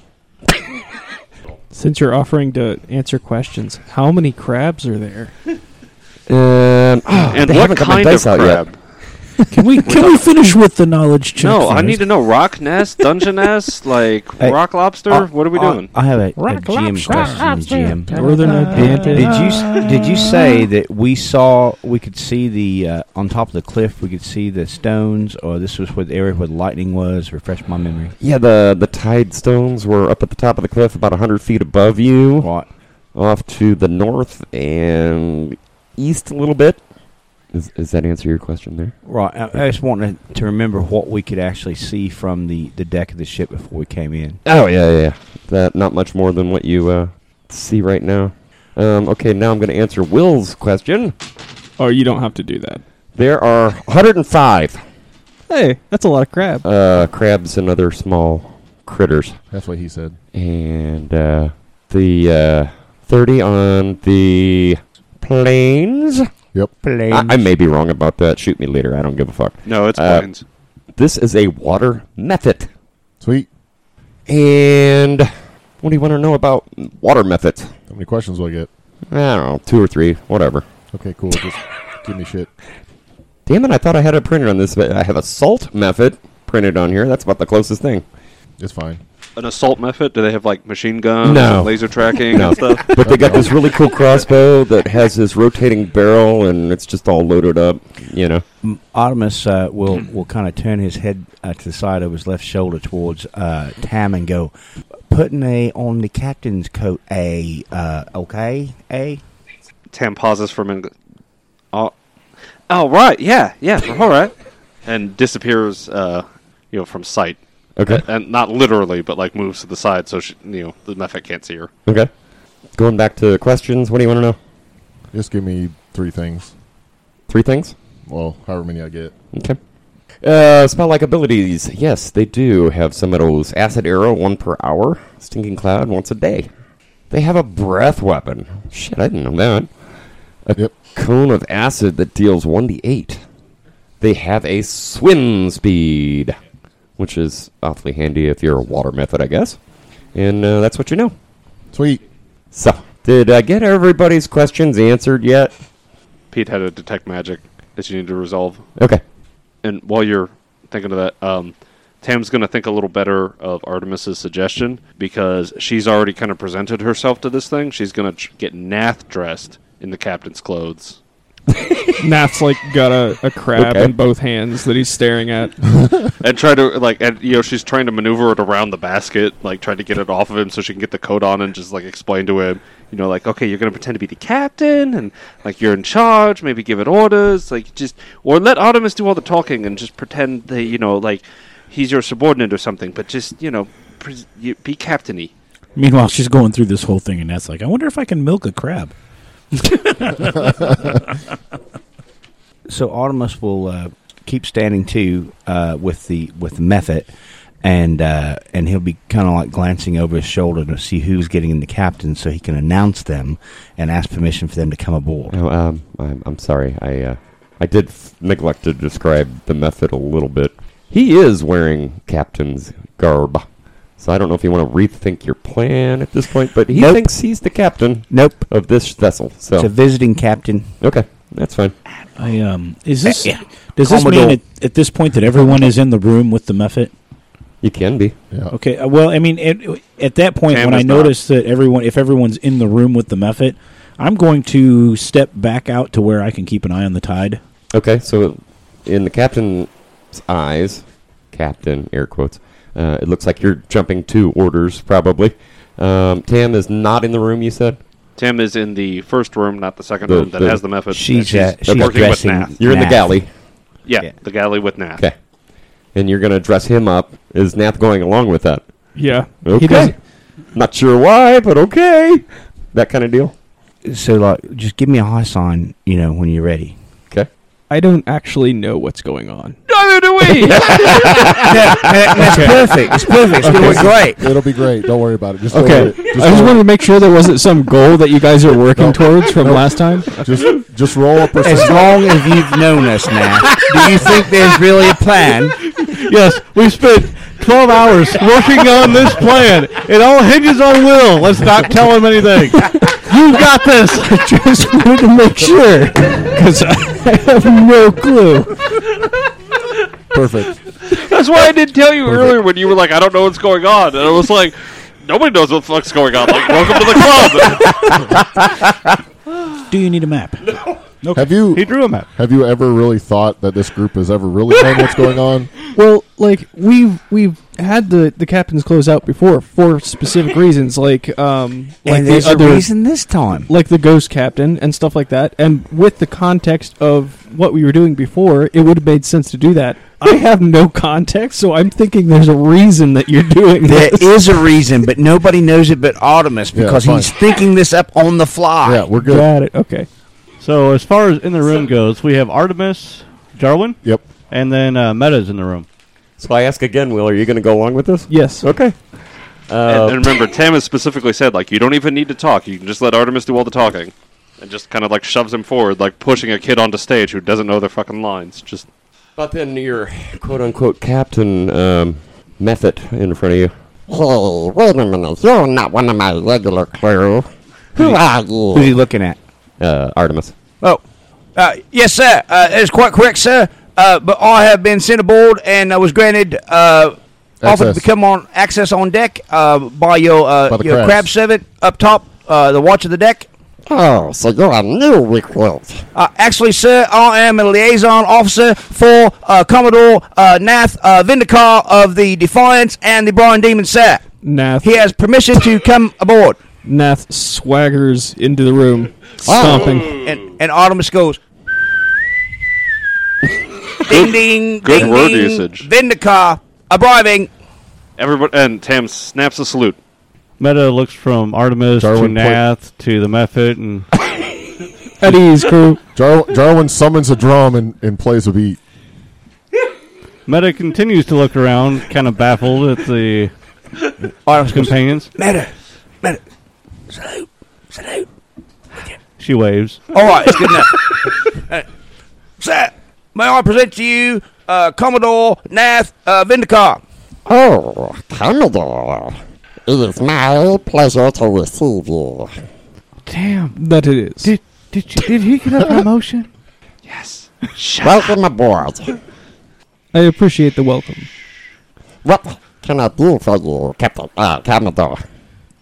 Since you're offering to answer questions, how many crabs are there? uh, Um, Oh, ah, and they what haven't got my kind of dice out yet. crab? Can we can we finish with the knowledge check? No, I first? need to know rock nest, dungeon nest, like Hey, rock lobster. Uh, what are we I- doing? I have a, a Rock GM lobster, question. GM. Northern Did you Atlantic. s- did you say that we saw we could see the uh, on top of the cliff we could see the stones or this was where the area where the lightning was? Refresh my memory. Yeah, the the tide stones were up at the top of the cliff, about hundred feet above you, Right. off to the north and east a little bit. Is, is that answer your question there? Right. I, I just wanted to remember what we could actually see from the, the deck of the ship before we came in. Oh yeah, yeah. yeah. That not much more than what you uh, see right now. Um, okay, now I'm going to answer Will's question. Oh, you don't have to do that. There are 105 Hey, that's a lot of crab. Uh, crabs and other small critters. That's what he said. And uh, the uh, 30 on the planes. Yep. I, I may be wrong about that. Shoot me later. I don't give a fuck. No, it's Uh, planes. This is a water method. Sweet. And what do you want to know about water methods? How many questions do I get? I don't know, two or three, whatever. Okay, cool. Just give me shit. Damn it, I thought I had it printed on this, but I have a salt method printed on here. That's about the closest thing. It's fine. An assault method? Do they have like machine guns, No. and Um, laser tracking, and stuff? But they got this really cool crossbow that has this rotating barrel, and it's just all loaded up, you know. Artemis uh, will will kind of turn his head uh, to the side of his left shoulder towards uh, Tam and go, putting a on the captain's coat. A uh, okay, a Tam pauses for a minute. Oh, oh right, yeah, yeah, all right, and disappears. Uh, you know, from sight, Okay. and not literally, but like moves to the side, so she, you know the Mephit can't see her. Okay. Going back to questions, what do you want to know? Just give me three things. Three things? Well, however many I get. Okay. Uh, spell-like abilities. Yes, they do have some of those. Acid arrow, one per hour. Stinking cloud, once a day. They have a breath weapon. Shit, I didn't know that. A Yep. cone of acid that deals 1d8. They have a swim speed, which is awfully handy if you're a water method, I guess. And uh, that's what you know. Sweet. So, did I get everybody's questions answered yet? Pete had a detect magic that you need to resolve. Okay. and while you're thinking of that, um, Tam's going to think a little better of Artemis's suggestion because she's already kind of presented herself to this thing. She's going to tr- get Nath dressed in the captain's clothes. Nath's like got a, a crab Okay. in both hands that he's staring at. and try to like and you know she's trying to maneuver it around the basket like trying to get it off of him so she can get the coat on and just like explain to him you know like okay you're going to pretend to be the captain and like you're in charge maybe give it orders like just or let Artemis do all the talking and just pretend that you know like he's your subordinate or something but just you know pres you, be captainy Meanwhile, she's going through this whole thing, and that's like, I wonder if I can milk a crab. So Artemis will uh, keep standing too uh, with the with the method, and uh, and he'll be kind of like glancing over his shoulder to see who's getting in the captain, so he can announce them and ask permission for them to come aboard. No, um, I'm, I'm sorry. I uh, I did f- neglect to describe the method a little bit. He is wearing captain's garb, so I don't know if you want to rethink your plan at this point. But he Nope. thinks he's the captain Nope, of this vessel. it's a So visiting captain. okay, that's fine. I um, is this Yeah. does this Commodore. mean at, at this point that everyone is in the room with the Muffet? You can be. Yeah. Okay, uh, well, I mean, at, at that point, Tam when I is not. notice that everyone, if everyone's in the room with the Muffet, I'm going to step back out to where I can keep an eye on the tide. Okay, so in the captain's eyes, captain air quotes, uh, it looks like you're jumping two orders probably. Um, Tam is not in the room. You said Tim is in the first room, not the second The- room that the- has the method. She's, uh, and she's dressing- with Nath. you're in the Nah. galley. Yeah, Yeah. the galley with Nath. Okay. And you're going to dress him up. Is Nath going along with that? Yeah. He does Okay. Not sure why, but okay. That kind of deal. So like, just give me a high sign, you know, when you're ready. Okay. I don't actually know what's going on. Neither do we. That's perfect. It's perfect. It's doing great. It'll be great. Don't worry about it. Just Okay. Roll it. Just, I just roll wanted it. to make sure there wasn't some goal that you guys are working towards from last time. just just roll up. As long as you've known us now, do you think there's really a plan? yes, we spent 12 hours working on this plan. It all hinges on Will. Let's not tell him anything. You got this. just wanted to make sure because I have no clue. Perfect. That's why I didn't tell you earlier when you were like, I don't know what's going on. And I was like, nobody knows what the fuck's going on. Like, welcome to the club. Do you need a map? Have you He drew him out. have you ever really thought that this group has ever really known what's going on? Well, like we've we've had the the captain's close out before for specific reasons, like um like and the there's other a reason this time. like the ghost captain and stuff like that. And with the context of what we were doing before, it would have made sense to do that. I have no context, so I'm thinking there's a reason that you're doing There this. is a reason, but nobody knows it but Artemis Yeah, because fine. he's thinking this up on the fly. Yeah, we're good. Got it. Okay. So as far as in the room goes, we have Artemis, Jarwin, Yep. And then uh, Meta's in the room. So I ask again, Will, are you going to go along with this? Yes. Okay. Uh, and, and remember, Tamas specifically said, like, you don't even need to talk. You can just let Artemis do all the talking. And just kind of, like, shoves him forward, like pushing a kid onto stage who doesn't know their fucking lines. Just, But then your quote unquote captain um, method in front of you. Hey, wait a minute. You're not one of my regular crew. Who are Who's he you? looking at? Uh, Artemis. Oh, uh, yes, sir. Uh, that is quite correct, sir. Uh, but I have been sent aboard and I was granted uh, offered to Access. become on access on deck uh, by your uh, By the your crabs. crab servant up top, uh, the watch of the deck. Oh, so you're a new recruit. Uh, actually, sir, I am a liaison officer for uh, Commodore uh, Nath uh, Vindikar of the Defiance and the Brian Demon, sir. Nath. He has permission to come aboard. Oh. Nath swaggers into the room, stomping. And, and Artemis goes. ding ding. good ding, word ding, usage. Vindicare, arriving. everybody, and Tam snaps a salute. Meta looks from Artemis Darwin to point- Nath to the Method, and At ease, crew. Jar- Jarwin summons a drum and, and plays a beat. Meta continues to look around, kind of baffled at the Artemis goes. companions. Matter. Matter. She waves. All right, it's good enough. Uh, Sir, may I present to you uh, Commodore Nath uh, Vindicare? Oh, Commodore. It is my pleasure to receive you. Damn. That it is. did, you, did he get a promotion? Welcome aboard. I appreciate the welcome. What can I do for you, Captain uh, Commodore?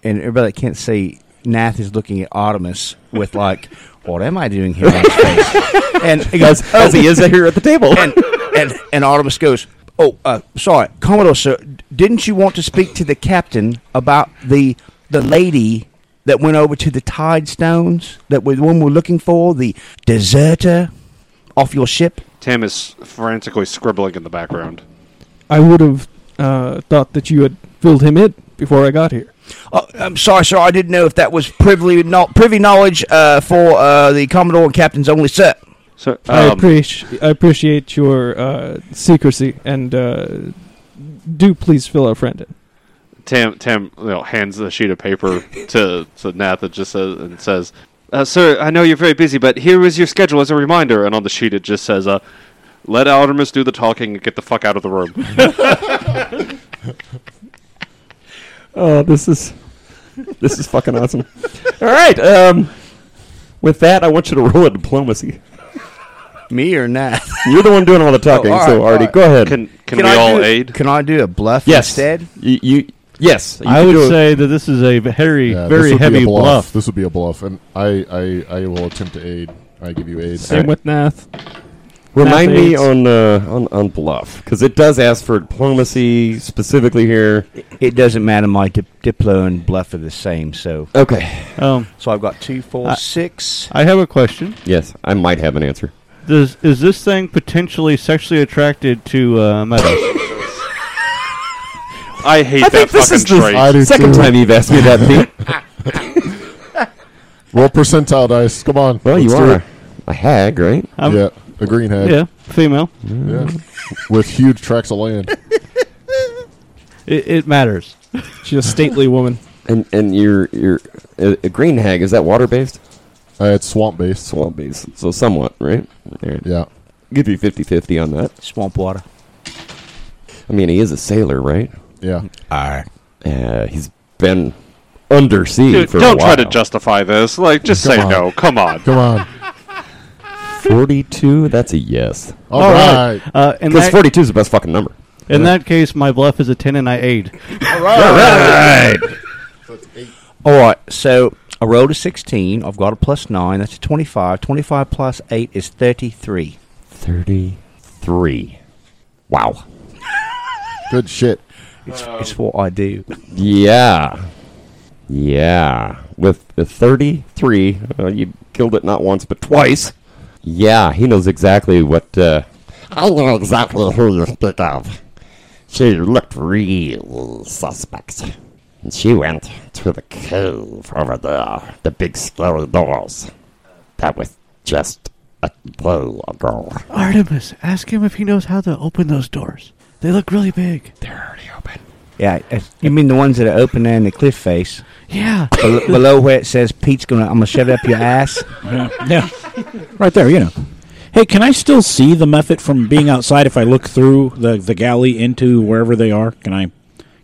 and everybody that can't see, Nath is looking at Artemis with like, "What am I doing here?" On his face? and he goes, "Oh." As he is here at the table. and, and and Artemis goes, "Oh, uh, sorry, Commodore sir, d- didn't you want to speak to the captain about the the lady that went over to the Tide Stones that we, the one we're looking for, the deserter off your ship?" Tam is frantically scribbling in the background. I would have uh, thought that you had filled him in before I got here. Oh, I'm sorry, sir. I didn't know if that was privy, no, privy knowledge uh, for uh, the Commodore and captains only, sir. So, um, I appreciate I appreciate your uh, secrecy and uh, do please fill our friend in. Tam Tam you know, hands the sheet of paper to to Nath and just says and says, uh, "Sir, I know you're very busy, but here is your schedule as a reminder." And on the sheet, it just says, uh, "Let Aldermus do the talking and get the fuck out of the room." Oh, this is this is fucking awesome. All right. Um, with that, I want you to roll a diplomacy. Me or Nath? You're the one doing all the talking, all right, so all Artie, right. go ahead. Can can, we I all do, aid? Oh, Can I do a bluff yes, instead? You, you yes. You I can would do it. say that this is a very, Yeah, this very would be a heavy bluff. bluff. This would be a bluff, and I, I, I will attempt to aid. I give you aid. Oh, Same with uh, Nath. Remind me athletes. on uh, on on bluff because it does ask for diplomacy specifically here. It doesn't matter. My dip- diplo and bluff are the same, so Okay. Um, so I've got two, Uh, four, six. I have a question. Yes, I might have an answer. Does is this thing potentially sexually attracted to uh, Meta? I hate I that think this fucking is trait. I do the second too. time you've asked me that. Pete. Roll percentile dice. Come on. well, you Let's do are it. a hag, right? I'm- yeah, a green head. yeah, female. Yeah. With huge tracts of land. It, it matters. She's a stately woman. And and you're you're a, a green hag. Is that water based? Uh, it's swamp based. Swamp based. So somewhat, right? All right. Yeah. Give you 50-50 on that. Swamp water. I mean, he is a sailor, right? Yeah. Uh, he's been undersea Dude, for don't a while. try to justify this. Like, just Come say on. no. Come on. Come on. Forty-two. That's a yes. All right. right. Uh, in Because that, forty-two is the best fucking number. in that case, my bluff is a ten and I aid. All right, so I rolled a sixteen. I've got a plus nine. That's a twenty-five. Twenty-five plus eight is thirty-three. Thirty-three. Wow. Good shit. It's, Uh, it's what I do. Yeah. Yeah. With the 33, uh, you killed it not once, but twice. Yeah, he knows exactly what. Uh, I know exactly who you speak of. She looked real suspect. And she went to the cave over there, the big scary doors. That was just a day ago. Artemis, ask him if he knows how to open those doors. They look really big. Yeah, uh, you mean the ones that are open there in the cliff face Yeah. below, below where it says Pete's gonna? I'm gonna shove it up your ass. yeah. Right there, you know. Hey, can I still see the method from being outside if I look through the, the galley into wherever they are? Can I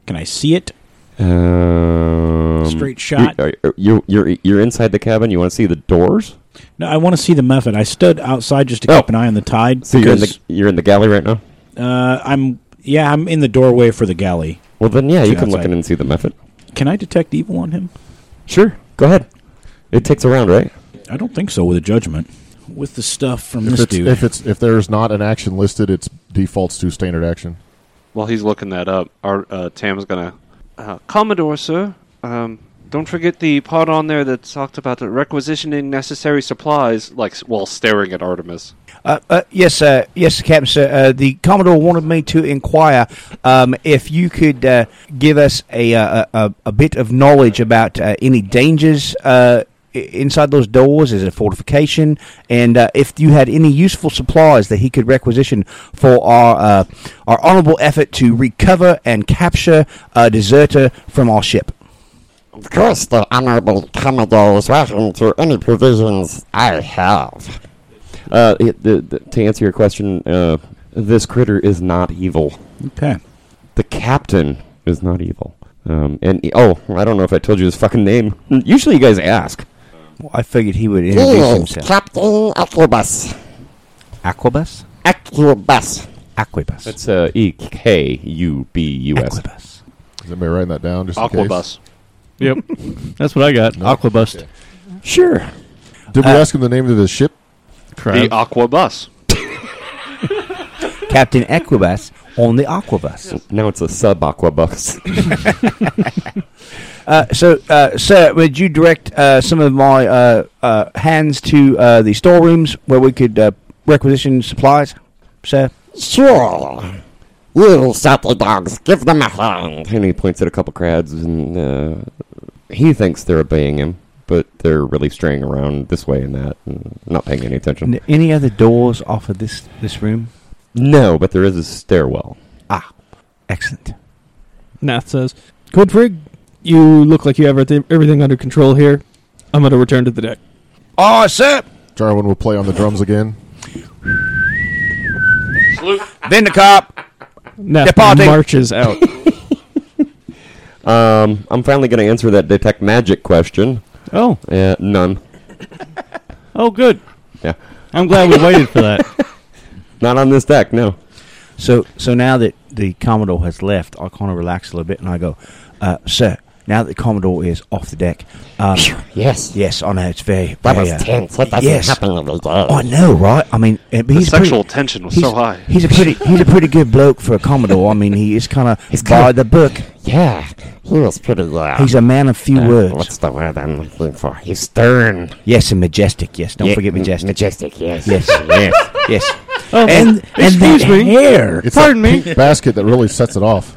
can I see it? Um, Straight shot. You, are- you, you're you're inside the cabin. You want to see the doors? No, I want to see the method. I stood outside just to Oh. keep an eye on the tide So you're in the because you're in the galley right now. uh, I'm yeah I'm in the doorway for the galley. Well, then yeah, you See can look outside. in and see the method. Can I detect evil on him? Sure, go ahead. It takes a round, right? I don't think so with a judgment. With the stuff from If this it's, dude, if it's if there's not an action listed, it's defaults to standard action. While he's looking that up, our uh, Tam's gonna uh, Commodore, sir. Um, don't forget the part on there that talked about the requisitioning necessary supplies, like s- while staring at Artemis. Uh, uh, yes, uh, yes, Captain. Sir. Uh, the Commodore wanted me to inquire um, if you could uh, give us a, uh, a a- a bit of knowledge about uh, any dangers uh, i- inside those doors. Is it fortification? And uh, if you had any useful supplies that he could requisition for our uh, our honorable effort to recover and capture a deserter from our ship. Of course, the Honorable Commodore is welcome to any provisions I have. Uh, it, the, the, to answer your question, uh, this critter is not evil. okay. The captain is not evil. Um, and oh, I don't know if I told you his fucking name. Usually, you guys ask. Well, I figured he would He introduce is himself. Captain Aquibus. Aquibus. Aquibus. Aquibus. That's uh, E K U B U S. Aquibus. Is anybody writing that down? Just in case? Aquabus. Yep. That's what I got. Aquabust. Sure. Uh, Did we ask him the name of the ship? The Crap. Aquabus. Captain Equibus on the Aquibus. Now it's a sub aquabus. Uh, so, uh, sir, would you direct uh, some of my uh, uh, hands to uh, the storerooms where we could uh, requisition supplies, sir? Sure. You salty dogs, give them a hand. and he points at a couple crabs, and uh, he thinks they're obeying him, but they're really straying around this way and that, and not paying any attention. N- any other doors off of this this room? No, but there is a stairwell. Excellent. Nath says, Code Frig, you look like you have everythi- everything under control here. I'm going to return to the deck. Oh, sir. Jarwin will play on the drums again. Then the cop. Nath Departing. marches out. Um, I'm finally going to answer that detect magic question. Oh. Uh, none. Oh, good. Yeah. I'm glad we waited for that. Not on this deck, no. So, so now that the Commodore has left, I kind of relax a little bit and I go, uh, sir. Now that the Commodore is off the deck, um, Yes. yes, I know it's very, That very, was uh, tense. That doesn't yes. Oh, happen every day. I know, right? I mean, uh, The he's pretty- sexual tension was he's, so high. he's a pretty he's a pretty good bloke for a commodore. I mean, he is kind of by the book. Yeah, he was pretty, yeah. He's a man of few Uh, words. What's the word I'm looking for? He's stern. Yes, and majestic. Yes, don't Yeah, forget m- majestic. Majestic, yes. Yes. yes. yes. Oh, And and excuse that me. hair. It's Pardon that me. pink basket that really sets it off.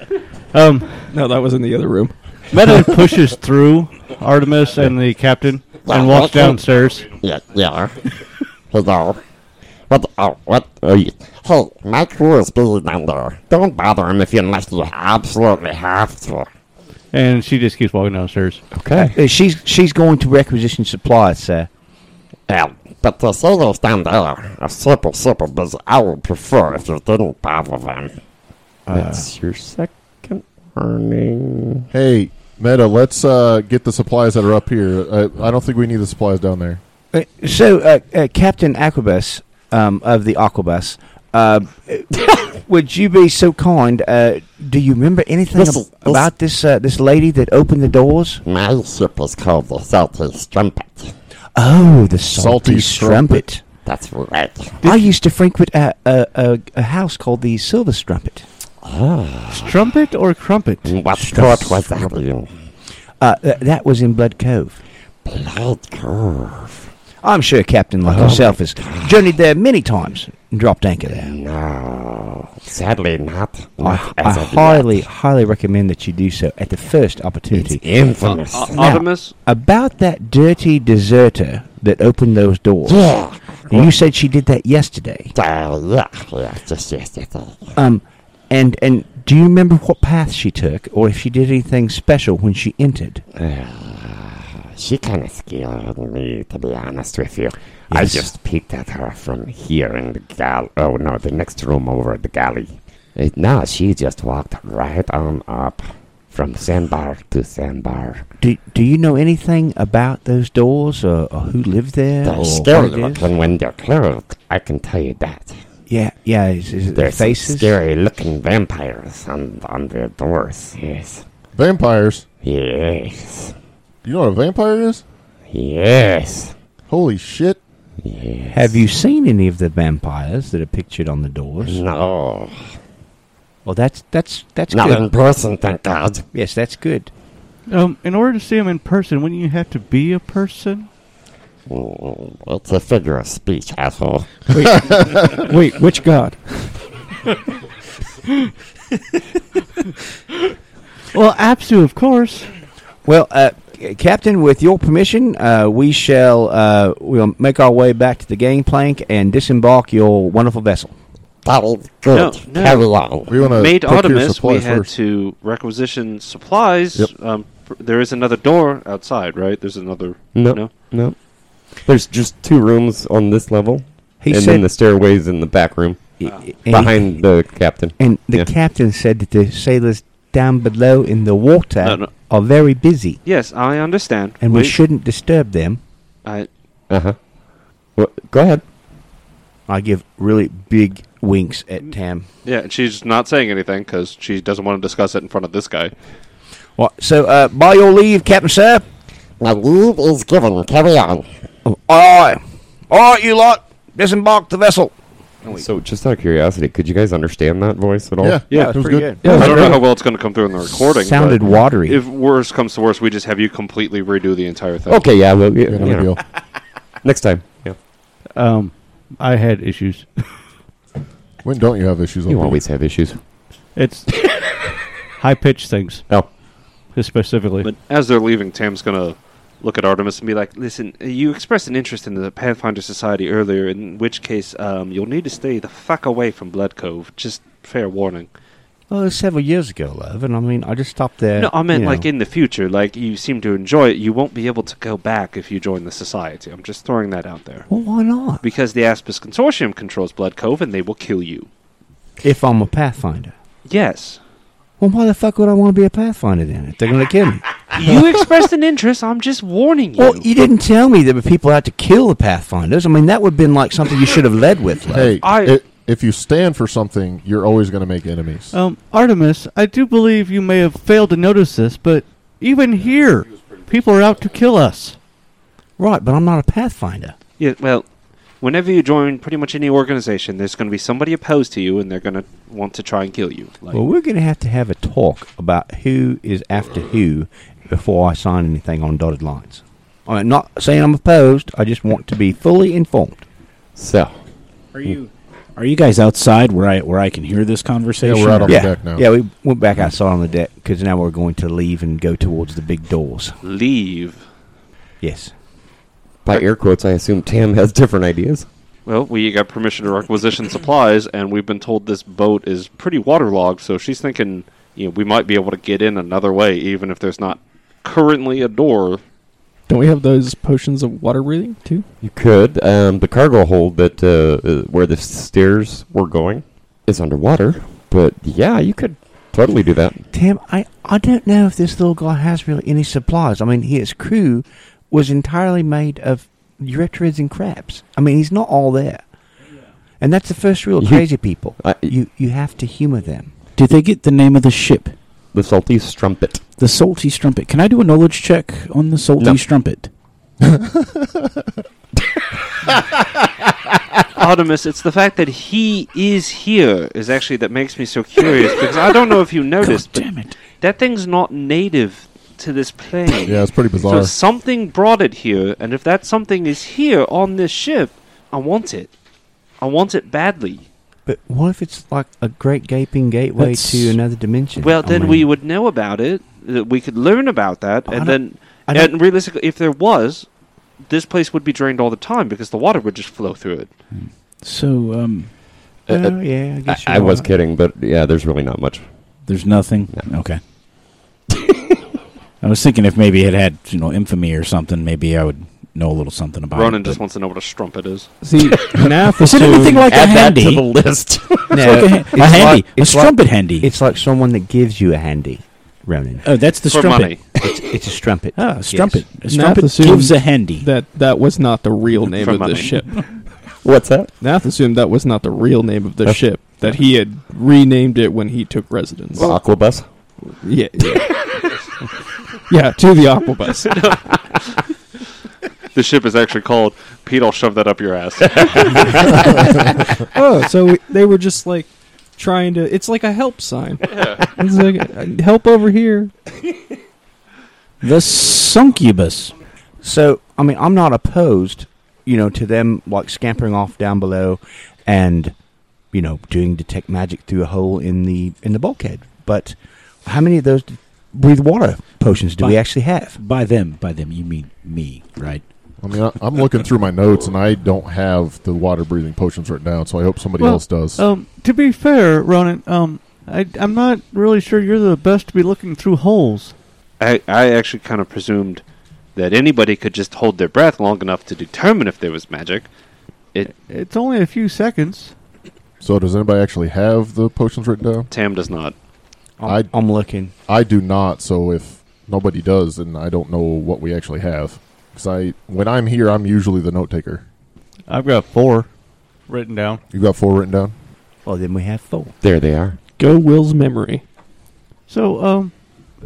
Um, no, that was in the other room. Meta pushes through Artemis and the captain and walks downstairs. Yeah, yeah. Hello. What? Oh, what are you? Hey, my crew is busy down there. Don't bother him if you unless you absolutely have to. And she just keeps walking downstairs. Okay. Uh, She's she's going to requisition supplies, sir. Yeah, but the sailors down there are super, super busy. I would prefer if you didn't bother them. Uh, That's your second warning. Hey, Meta, let's uh, get the supplies that are up here. Uh, I, I don't think we need the supplies down there. Uh, So, uh, uh, Captain Aquibus um, of the Aquibus, uh, would you be so kind? Uh, do you remember anything Listen, ab- about this uh, this lady that opened the doors? My ship is called the Salty Strumpet. Oh, the Salty salty, strumpet. strumpet. That's right. I used to frequent a, a, a, a house called the Silver Strumpet. Strumpet or crumpet? And Ah. Mm, what port was that Mm. in? Uh, th- that was in Blood Cove. Blood Oh, Curve. I'm sure a captain like yourself has journeyed there many times and dropped anchor there. No, sadly not. I, not I as of yet. highly, highly recommend that you do so at the first It's opportunity. infamous. Uh, Artemis, About that dirty deserter that opened those doors. yeah, Uh, And you said she did that yesterday. yeah, yeah, just yes, yes, Um, and and do you remember what path she took, or if she did anything special when she entered? Uh, She kind of scared me, to be honest with you. I Yes. just peeked at her from here in the gal. Oh no, the next room over at the galley. Uh, no, she just walked right on up from sandbar to sandbar. Do Do you know anything about those doors, or, or who lived there? They're or oh, still what it is? looking when they're closed. I can tell you that. Yeah, yeah. Is, is it their There's some faces? scary-looking vampires on on their doors. Yes, Vampires. yes, You know what a vampire is? yes. Holy shit. yes. Have you seen any of the vampires that are pictured on the doors? No, Well, that's that's that's not good. in person, thank God. Yes, that's good. Um, in order to see him in person, wouldn't you have to be a person? Mm, It's a figure of speech, asshole. Wait, which god? Well, Absu, of course. Well, uh, C- Captain, with your permission, uh, we shall uh, we'll make our way back to the gangplank and disembark your wonderful vessel. That was good. No, no. Carry on. We want to Made Artemis, we supplies had first. to requisition supplies. Um, pr- there is another door outside, right? There's another. No, No? no, There's just two rooms on this level, He and said, then the stairways in the back room and he- behind the captain. and the yeah. captain said that the sailors down below in the water No, no. are very busy, Yes, I understand. and we Wait, shouldn't disturb them. I, Uh huh. Well, go ahead. I give really big winks Mm. at Tam. yeah, and she's not saying anything because she doesn't want to discuss it in front of this guy. Well, so, uh, by your leave, Captain Sir. Now leave is given. Carry on. All right, all right, you lot, disembark the vessel. Oh, So, just out of curiosity, could you guys understand that voice at all? Yeah, Yeah, it was pretty good. good. I don't know how well it's going to come through in the recording. but Sounded watery. If worse comes to worse, we just have you completely redo the entire thing. Okay. Yeah. Well, yeah, you Yeah, no know, deal. next time. Yeah. Um, I had issues. When don't you have issues? You like always have issues. It's high pitched things Oh, specifically. But as they're leaving, Tam's gonna look at Artemis and be like, "Listen, uh, you expressed an interest in the Pathfinder Society earlier, in which case, um, you'll need to stay the fuck away from Blood Cove. Just fair warning. Well, it was several years ago, love, and I mean, I just stopped there. no, I meant you like know. in the future. Like you seem to enjoy it, you won't be able to go back if you join the society. I'm just throwing that out there." Well, why not? Because the Aspis Consortium controls Blood Cove and they will kill you. If I'm a Pathfinder. Yes. Well, why the fuck would I want to be a Pathfinder then if they're going to kill me? You expressed an interest, I'm just warning you. Well, you didn't tell me there were people out to kill the Pathfinders. I mean, that would have been like something you should have led with. Love. Hey, I- i- if you stand for something, you're always going to make enemies. Um, Artemis, I do believe you may have failed to notice this, but even here, people are out to kill us. Right, but I'm not a Pathfinder. Yeah, well, whenever you join pretty much any organization, there's going to be somebody opposed to you, and they're going to want to try and kill you. Like, Well, we're going to have to have a talk about who is after who before I sign anything on dotted lines. I'm not saying I'm opposed. I just want to be fully informed. so Are you are you guys outside where I where I can hear this conversation? Yeah, we're out on or- the yeah, deck now. yeah. We went back outside on the deck because now we're going to leave and go towards the big doors. leave. Yes. by air quotes, I assume Tam has different ideas. Well, we got permission to requisition supplies, and we've been told this boat is pretty waterlogged, so she's thinking, you know, we might be able to get in another way, even if there's not currently a door. Don't we have those potions of water breathing too? You could. Um, the cargo hold that uh, uh, where the stairs were going is underwater, but yeah, you could totally do that. Tim, I, I don't know if this little guy has really any supplies. I mean, his crew was entirely made of eurythrids and crabs. I mean, he's not all there. And that's the first rule of You- crazy people. I- you you have to humor them. Did they get the name of the ship? The salty strumpet. The Salty Strumpet. Can I do a knowledge check on the Salty No. Strumpet? Artemis, it's the fact that he is here is actually that makes me so curious, because I don't know if you noticed, but Damn it. that thing's not native to this plane. Yeah, it's pretty So bizarre. something brought it here, and if that something is here on this ship, I want it. I want it badly. But what if it's like a great gaping gateway That's- to another dimension? Well, I then mean, we would know about it. uh, We could learn about that, I and don't- then I don't- and realistically, if there was this place would be drained all the time because the water would just flow through it. So, um, Uh, oh, yeah, I I, guess I you're was right. kidding, but yeah, there's really not much. there's nothing. Okay. I was thinking if maybe it had you know infamy or something, maybe I would know a little something about Ronan it. just wants to know what a strumpet is. See, Nath Is it anything assumed- like a Add that handy? to the list. No, It's like a, a it's handy, like- a it's like- strumpet handy. It's like someone that gives you a handy, Ronan. oh, that's the For strumpet. money. It's, it's a strumpet. Ah, a Yes. strumpet. A Nath strumpet assumed gives a handy. that that was not the real name For of the money. ship. What's that? Nath assumed that was not the real name of the That's- ship. That he had renamed it when he took residence. Aquabus. yeah, yeah. Yeah, to the Aquabus. The ship is actually called Pete. I'll shove that up your ass. oh, so we- they were just like trying to. It's like a help sign. It's like uh, help over here. the suncubus. So, I mean, I'm not opposed, you know, to them like scampering off down below and, you know, doing detect magic through a hole in the in the bulkhead. But how many of those d- breathe water potions do we Fine. actually have? By them, by them, you mean me, right? I mean, I, I'm looking through my notes, and I don't have the water breathing potions written down, so I hope somebody Well, else does. Um, to be fair, Ronan, um, I, I'm not really sure you're the best to be looking through holes. I, I actually kind of presumed that anybody could just hold their breath long enough to determine if there was magic. It's only a few seconds. so, does anybody actually have the potions written down? Tam does not. I'm, I'm looking. I do not. So, if nobody does, then I don't know what we actually have. Because I, when I'm here, I'm usually the note taker. I've got four written down. You got four written down. Well, then we have four. There they are. Go Will's memory. So, um,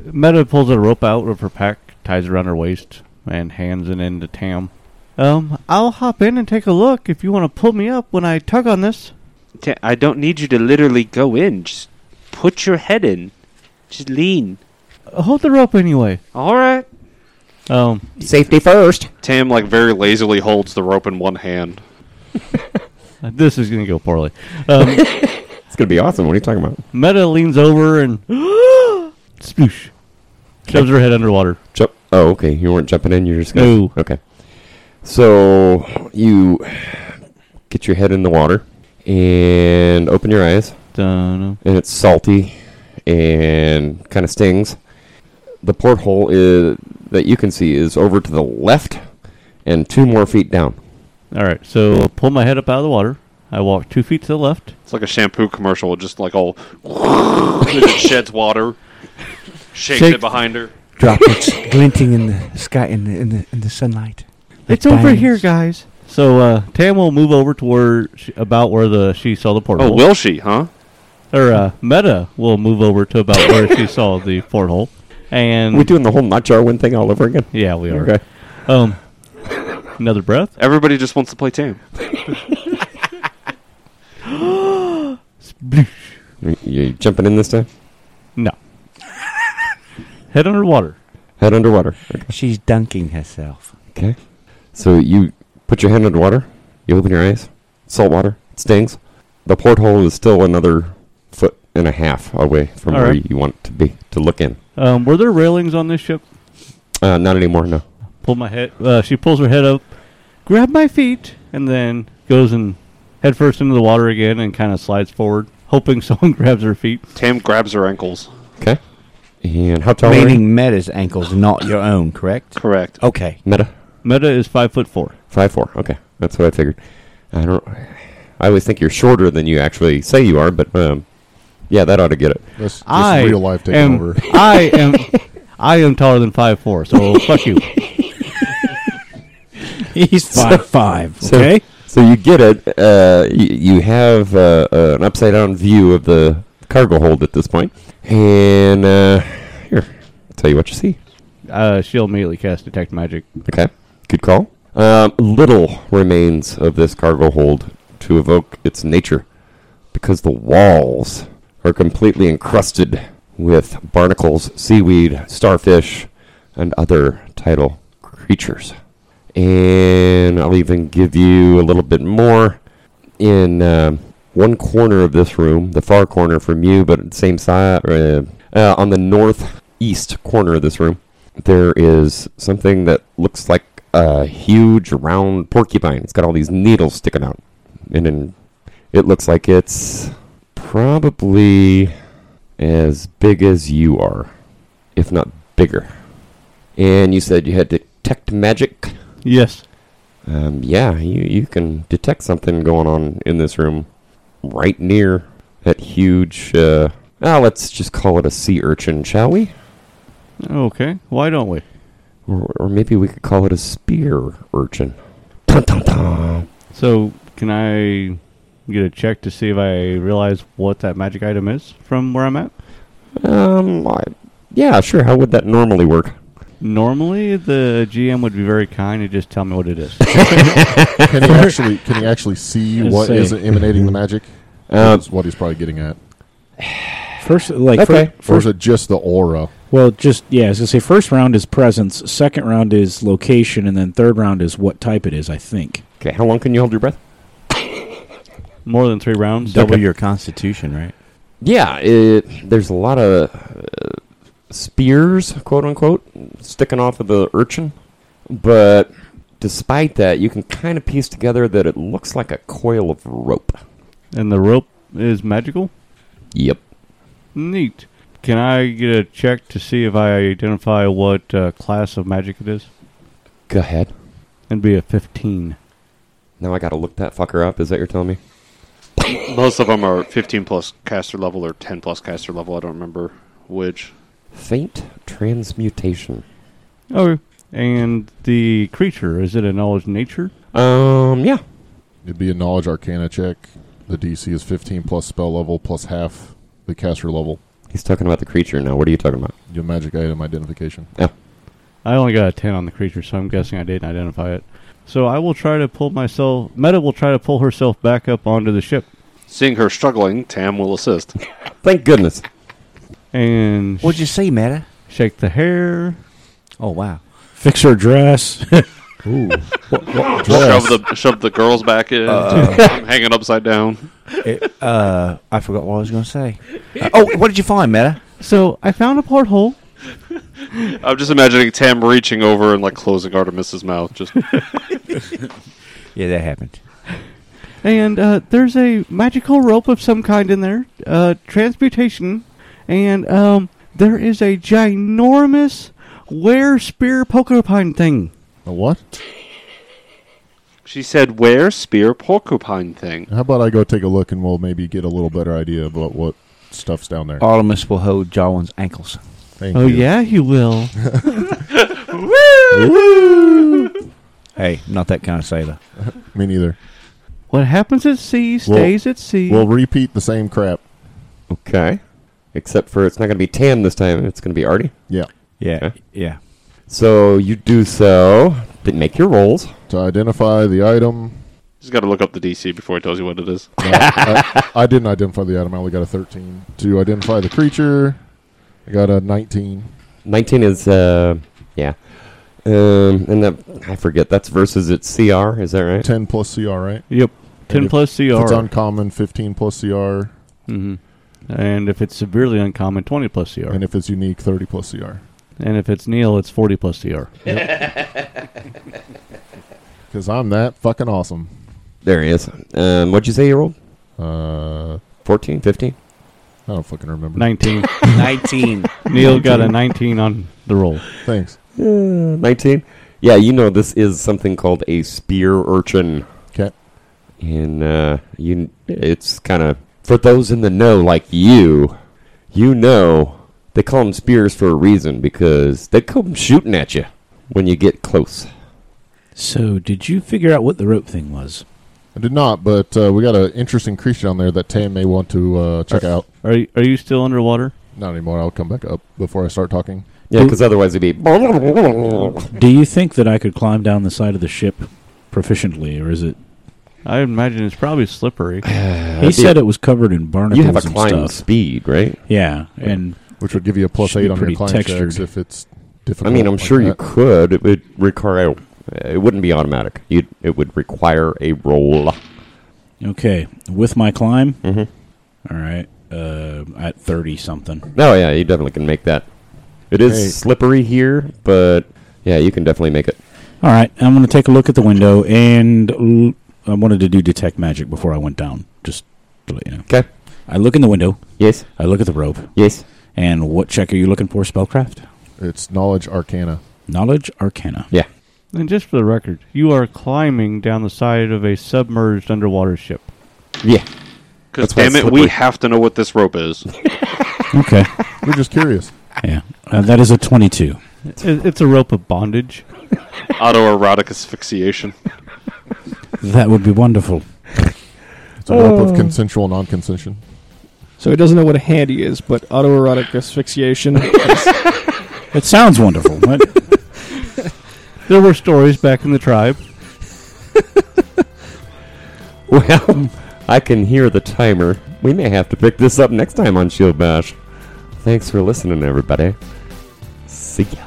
Meta pulls a rope out of her pack, ties it around her waist, and hands it in to Tam. Um, I'll hop in and take a look if you want to pull me up when I tug on this. Ta- I don't need you to literally go in. Just put your head in. Just lean. Uh, Hold the rope anyway. All right. Um, Safety first. Tam like very lazily holds the rope in one hand. Uh, this is gonna go poorly. Um, It's gonna be awesome. What are you talking about? Meta leans over and sploosh, shoves her head underwater. Jump. Oh, okay. You weren't jumping in. You're just gonna. No. Okay. So you get your head in the water and open your eyes, Dunno. and it's salty and kind of stings. The porthole is that you can see is over to the left and two more feet down. All right, so pull my head up out of the water. I walk two feet to the left. It's like a shampoo commercial, just like all it sheds water. Shakes Shake- it behind her. Droplets glinting in the sky in the in the, in the sunlight. it's over here, guys. So uh, Tam will move over to where she, about where the she saw the porthole. Oh, will she, huh? or uh, Meta will move over to about where she saw the porthole, and We're doing the whole Not Jarwin thing all over again. yeah, we are. Okay. Um, another breath. Everybody just wants to play Tam. You, you jumping in this time? No. head underwater. Head underwater. She's dunking herself. Okay. So you put your hand underwater, you open your eyes, salt water, it stings. The porthole is still another foot and a half away from All where right. you want to be to look in. Um, were there railings on this ship? Uh, not anymore, no. Pull my head. Uh, she pulls her head up, grab my feet, and then goes and head first into the water again and kind of slides forward, hoping someone grabs her feet. Tam grabs her ankles. Okay. And how tall are you? Meaning Meta's ankles, not your own, correct? Correct. Okay. Meta? Meta is five foot four. Five four. Okay, that's what I figured. I don't. I always think you're shorter than you actually say you are, but um, yeah, that ought to get it. This, this I is real life taking am, over. I am. I am taller than five four. So fuck you. He's five five. So- Okay. So you get it. Uh, you, you have uh, uh, an upside down view of the cargo hold at this point. And uh, here, I'll tell you what you see. Uh, she'll immediately cast detect magic. Okay, good call. Um, little remains of this cargo hold to evoke its nature because the walls are completely encrusted with barnacles, seaweed, starfish, and other tidal creatures. And I'll even give you a little bit more in um one corner of this room, the far corner from you, but same side, uh, uh, on the northeast corner of this room, there is something that looks like a huge round porcupine. It's got all these needles sticking out, and then it looks like it's probably as big as you are, if not bigger. And you said you had detect magic. Yes. Um, yeah, you, you can detect something going on in this room right near that huge, uh, ah, let's just call it a sea urchin, shall we? Okay. Why don't we? Or, or maybe we could call it a spear urchin. Dun, dun, dun. So, can I get a check to see if I realize what that magic item is from where I'm at? Um, I, yeah, sure. How would that normally work? Normally, the GM would be very kind and just tell me what it is. Can he actually can he actually see Let's what see. is emanating Uh, the magic? Um, That's what he's probably getting at. First, like Okay. fir- Or is first, it just the aura? well, just yeah. I was gonna say first round is presence, second round is location, and then third round is what type it is. I think. Okay, how long can you hold your breath? More than three rounds. Double your constitution, right? Yeah, it, there's a lot of uh, spears, quote unquote, sticking off of the urchin. But despite that, you can kind of piece together that it looks like a coil of rope. And the rope is magical? Yep. Neat. Can I get a check to see if I identify what uh, class of magic it is? Go ahead. It'd be a 15. Now I gotta look that fucker up. Is that you're telling me? Most of them are 15 plus caster level or 10 plus caster level. I don't remember which. Faint transmutation. Okay. Oh, And the creature, is it a knowledge nature? Um, yeah. It'd be a knowledge arcana check. The DC is 15 plus spell level plus half the caster level. He's talking about the creature now. What are you talking about? Your magic item identification. I only got a 10 on the creature, so I'm guessing I didn't identify it. So I will try to pull myself. Meta will try to pull herself back up onto the ship. Seeing her struggling, Tam will assist. Thank goodness. And What'd you see, Meta? shake the hair. Oh wow. Fix her dress. Shove the shove the girls back in, Uh, hanging upside down. It- uh, I forgot what I was going to say. Uh, oh, what did you find, Meta? So I found a porthole. I'm just imagining Tam reaching over and like closing Artemis's mouth. Just Yeah, that happened. And uh, there's a magical rope of some kind in there, uh, transmutation, and um, there is a ginormous were spear porcupine thing. A what? she said, "Where spear porcupine thing?" How about I go take a look and we'll maybe get a little better idea about what stuff's down there. Artemis will hold Jarwin's ankles. Thank Oh you. yeah, he will. Hey, not that kind of sailor. Me neither. what happens at sea Well- stays at sea. We'll repeat the same crap. Okay. Except for it's not gonna be Tam this time. It's gonna be Artie. Yeah. Yeah, Okay. yeah. So you do so. Didn't make your rolls. To identify the item. Just got to look up the DC before he tells you what it is. No, Uh, I, I didn't identify the item. I only got a 13. To identify the creature, I got a 19. 19 is uh yeah um and that i forget that's versus its cr is that right 10 plus CR, right? yep, And ten if- plus CR, If it's uncommon, 15 plus CR. hmm and if it's severely uncommon, twenty plus CR, And if it's unique, 30 plus CR. and if it's Neil, it's forty plus CR. Because I'm that fucking awesome. there he is um what'd you say you rolled Uh, I 14 15 don't fucking remember. Nineteen. Nineteen. Neil got a nineteen on the roll. Thanks. 19 yeah you know this is something called a spear urchin Okay. and uh you it's kind of for those in the know like you you know they call them spears for a reason because they come shooting at you when you get close so, did you figure out what the rope thing was? I did not, but uh, we got an interesting creature down there that Tam may want to uh, check out. Are you, are you still underwater? Not anymore. I'll come back up before I start talking. yeah because otherwise it'd be Do you think that I could climb down the side of the ship proficiently, or is it? I imagine it's probably slippery. he said it was covered in barnacles you have a and climb stuff. speed right Yeah, and Which would give you a plus Should be eight on your pretty climb textured. checks if it's I difficult. mean, I'm like sure you that. could. It would require. It wouldn't be automatic. You'd, it would require a roll. okay, with my climb. Mhm. All right, uh, at thirty something. No, Oh, yeah, you definitely can make that. It is Hey. slippery here, but yeah, you can definitely make it. All right, I'm going to take a look at the window, and l- I wanted to do detect magic before I went down, just to let you know. Okay. I look in the window. Yes. I look at the rope. Yes. And what check are you looking for? Spellcraft, It's knowledge arcana. knowledge, arcana. Yeah. And just for the record, you are climbing down the side of a submerged underwater ship. Yeah. Because That's why damn it's it, we slippery. have to know what this rope is. Okay. We're just curious. yeah. Uh, that is a 22. It- It's a rope of bondage. Autoerotic asphyxiation. That would be wonderful. It's a rope Oh. of consensual non-consensual. So he doesn't know what a handy is, but autoerotic asphyxiation. is- It sounds wonderful. but There were stories back in the tribe. Well, I can hear the timer. We may have to pick this up next time on Shield Bash. Thanks for listening, everybody. See ya.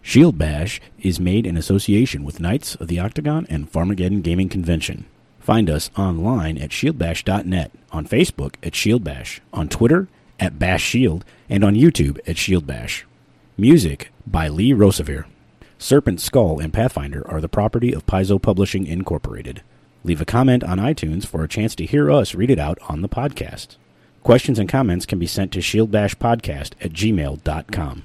Shield Bash is made in association with Knights of the Octagon and Farmageddon Gaming Convention. Find us online at shieldbash.net, on Facebook at Shield Bash, on Twitter at Bash Shield, and on YouTube at Shield Bash. Music by Lee Rosevier. Serpent Skull and Pathfinder are the property of Paizo Publishing Incorporated. Leave a comment on iTunes for a chance to hear us read it out on the podcast. Questions and comments can be sent to shieldbashpodcast at gmail.com.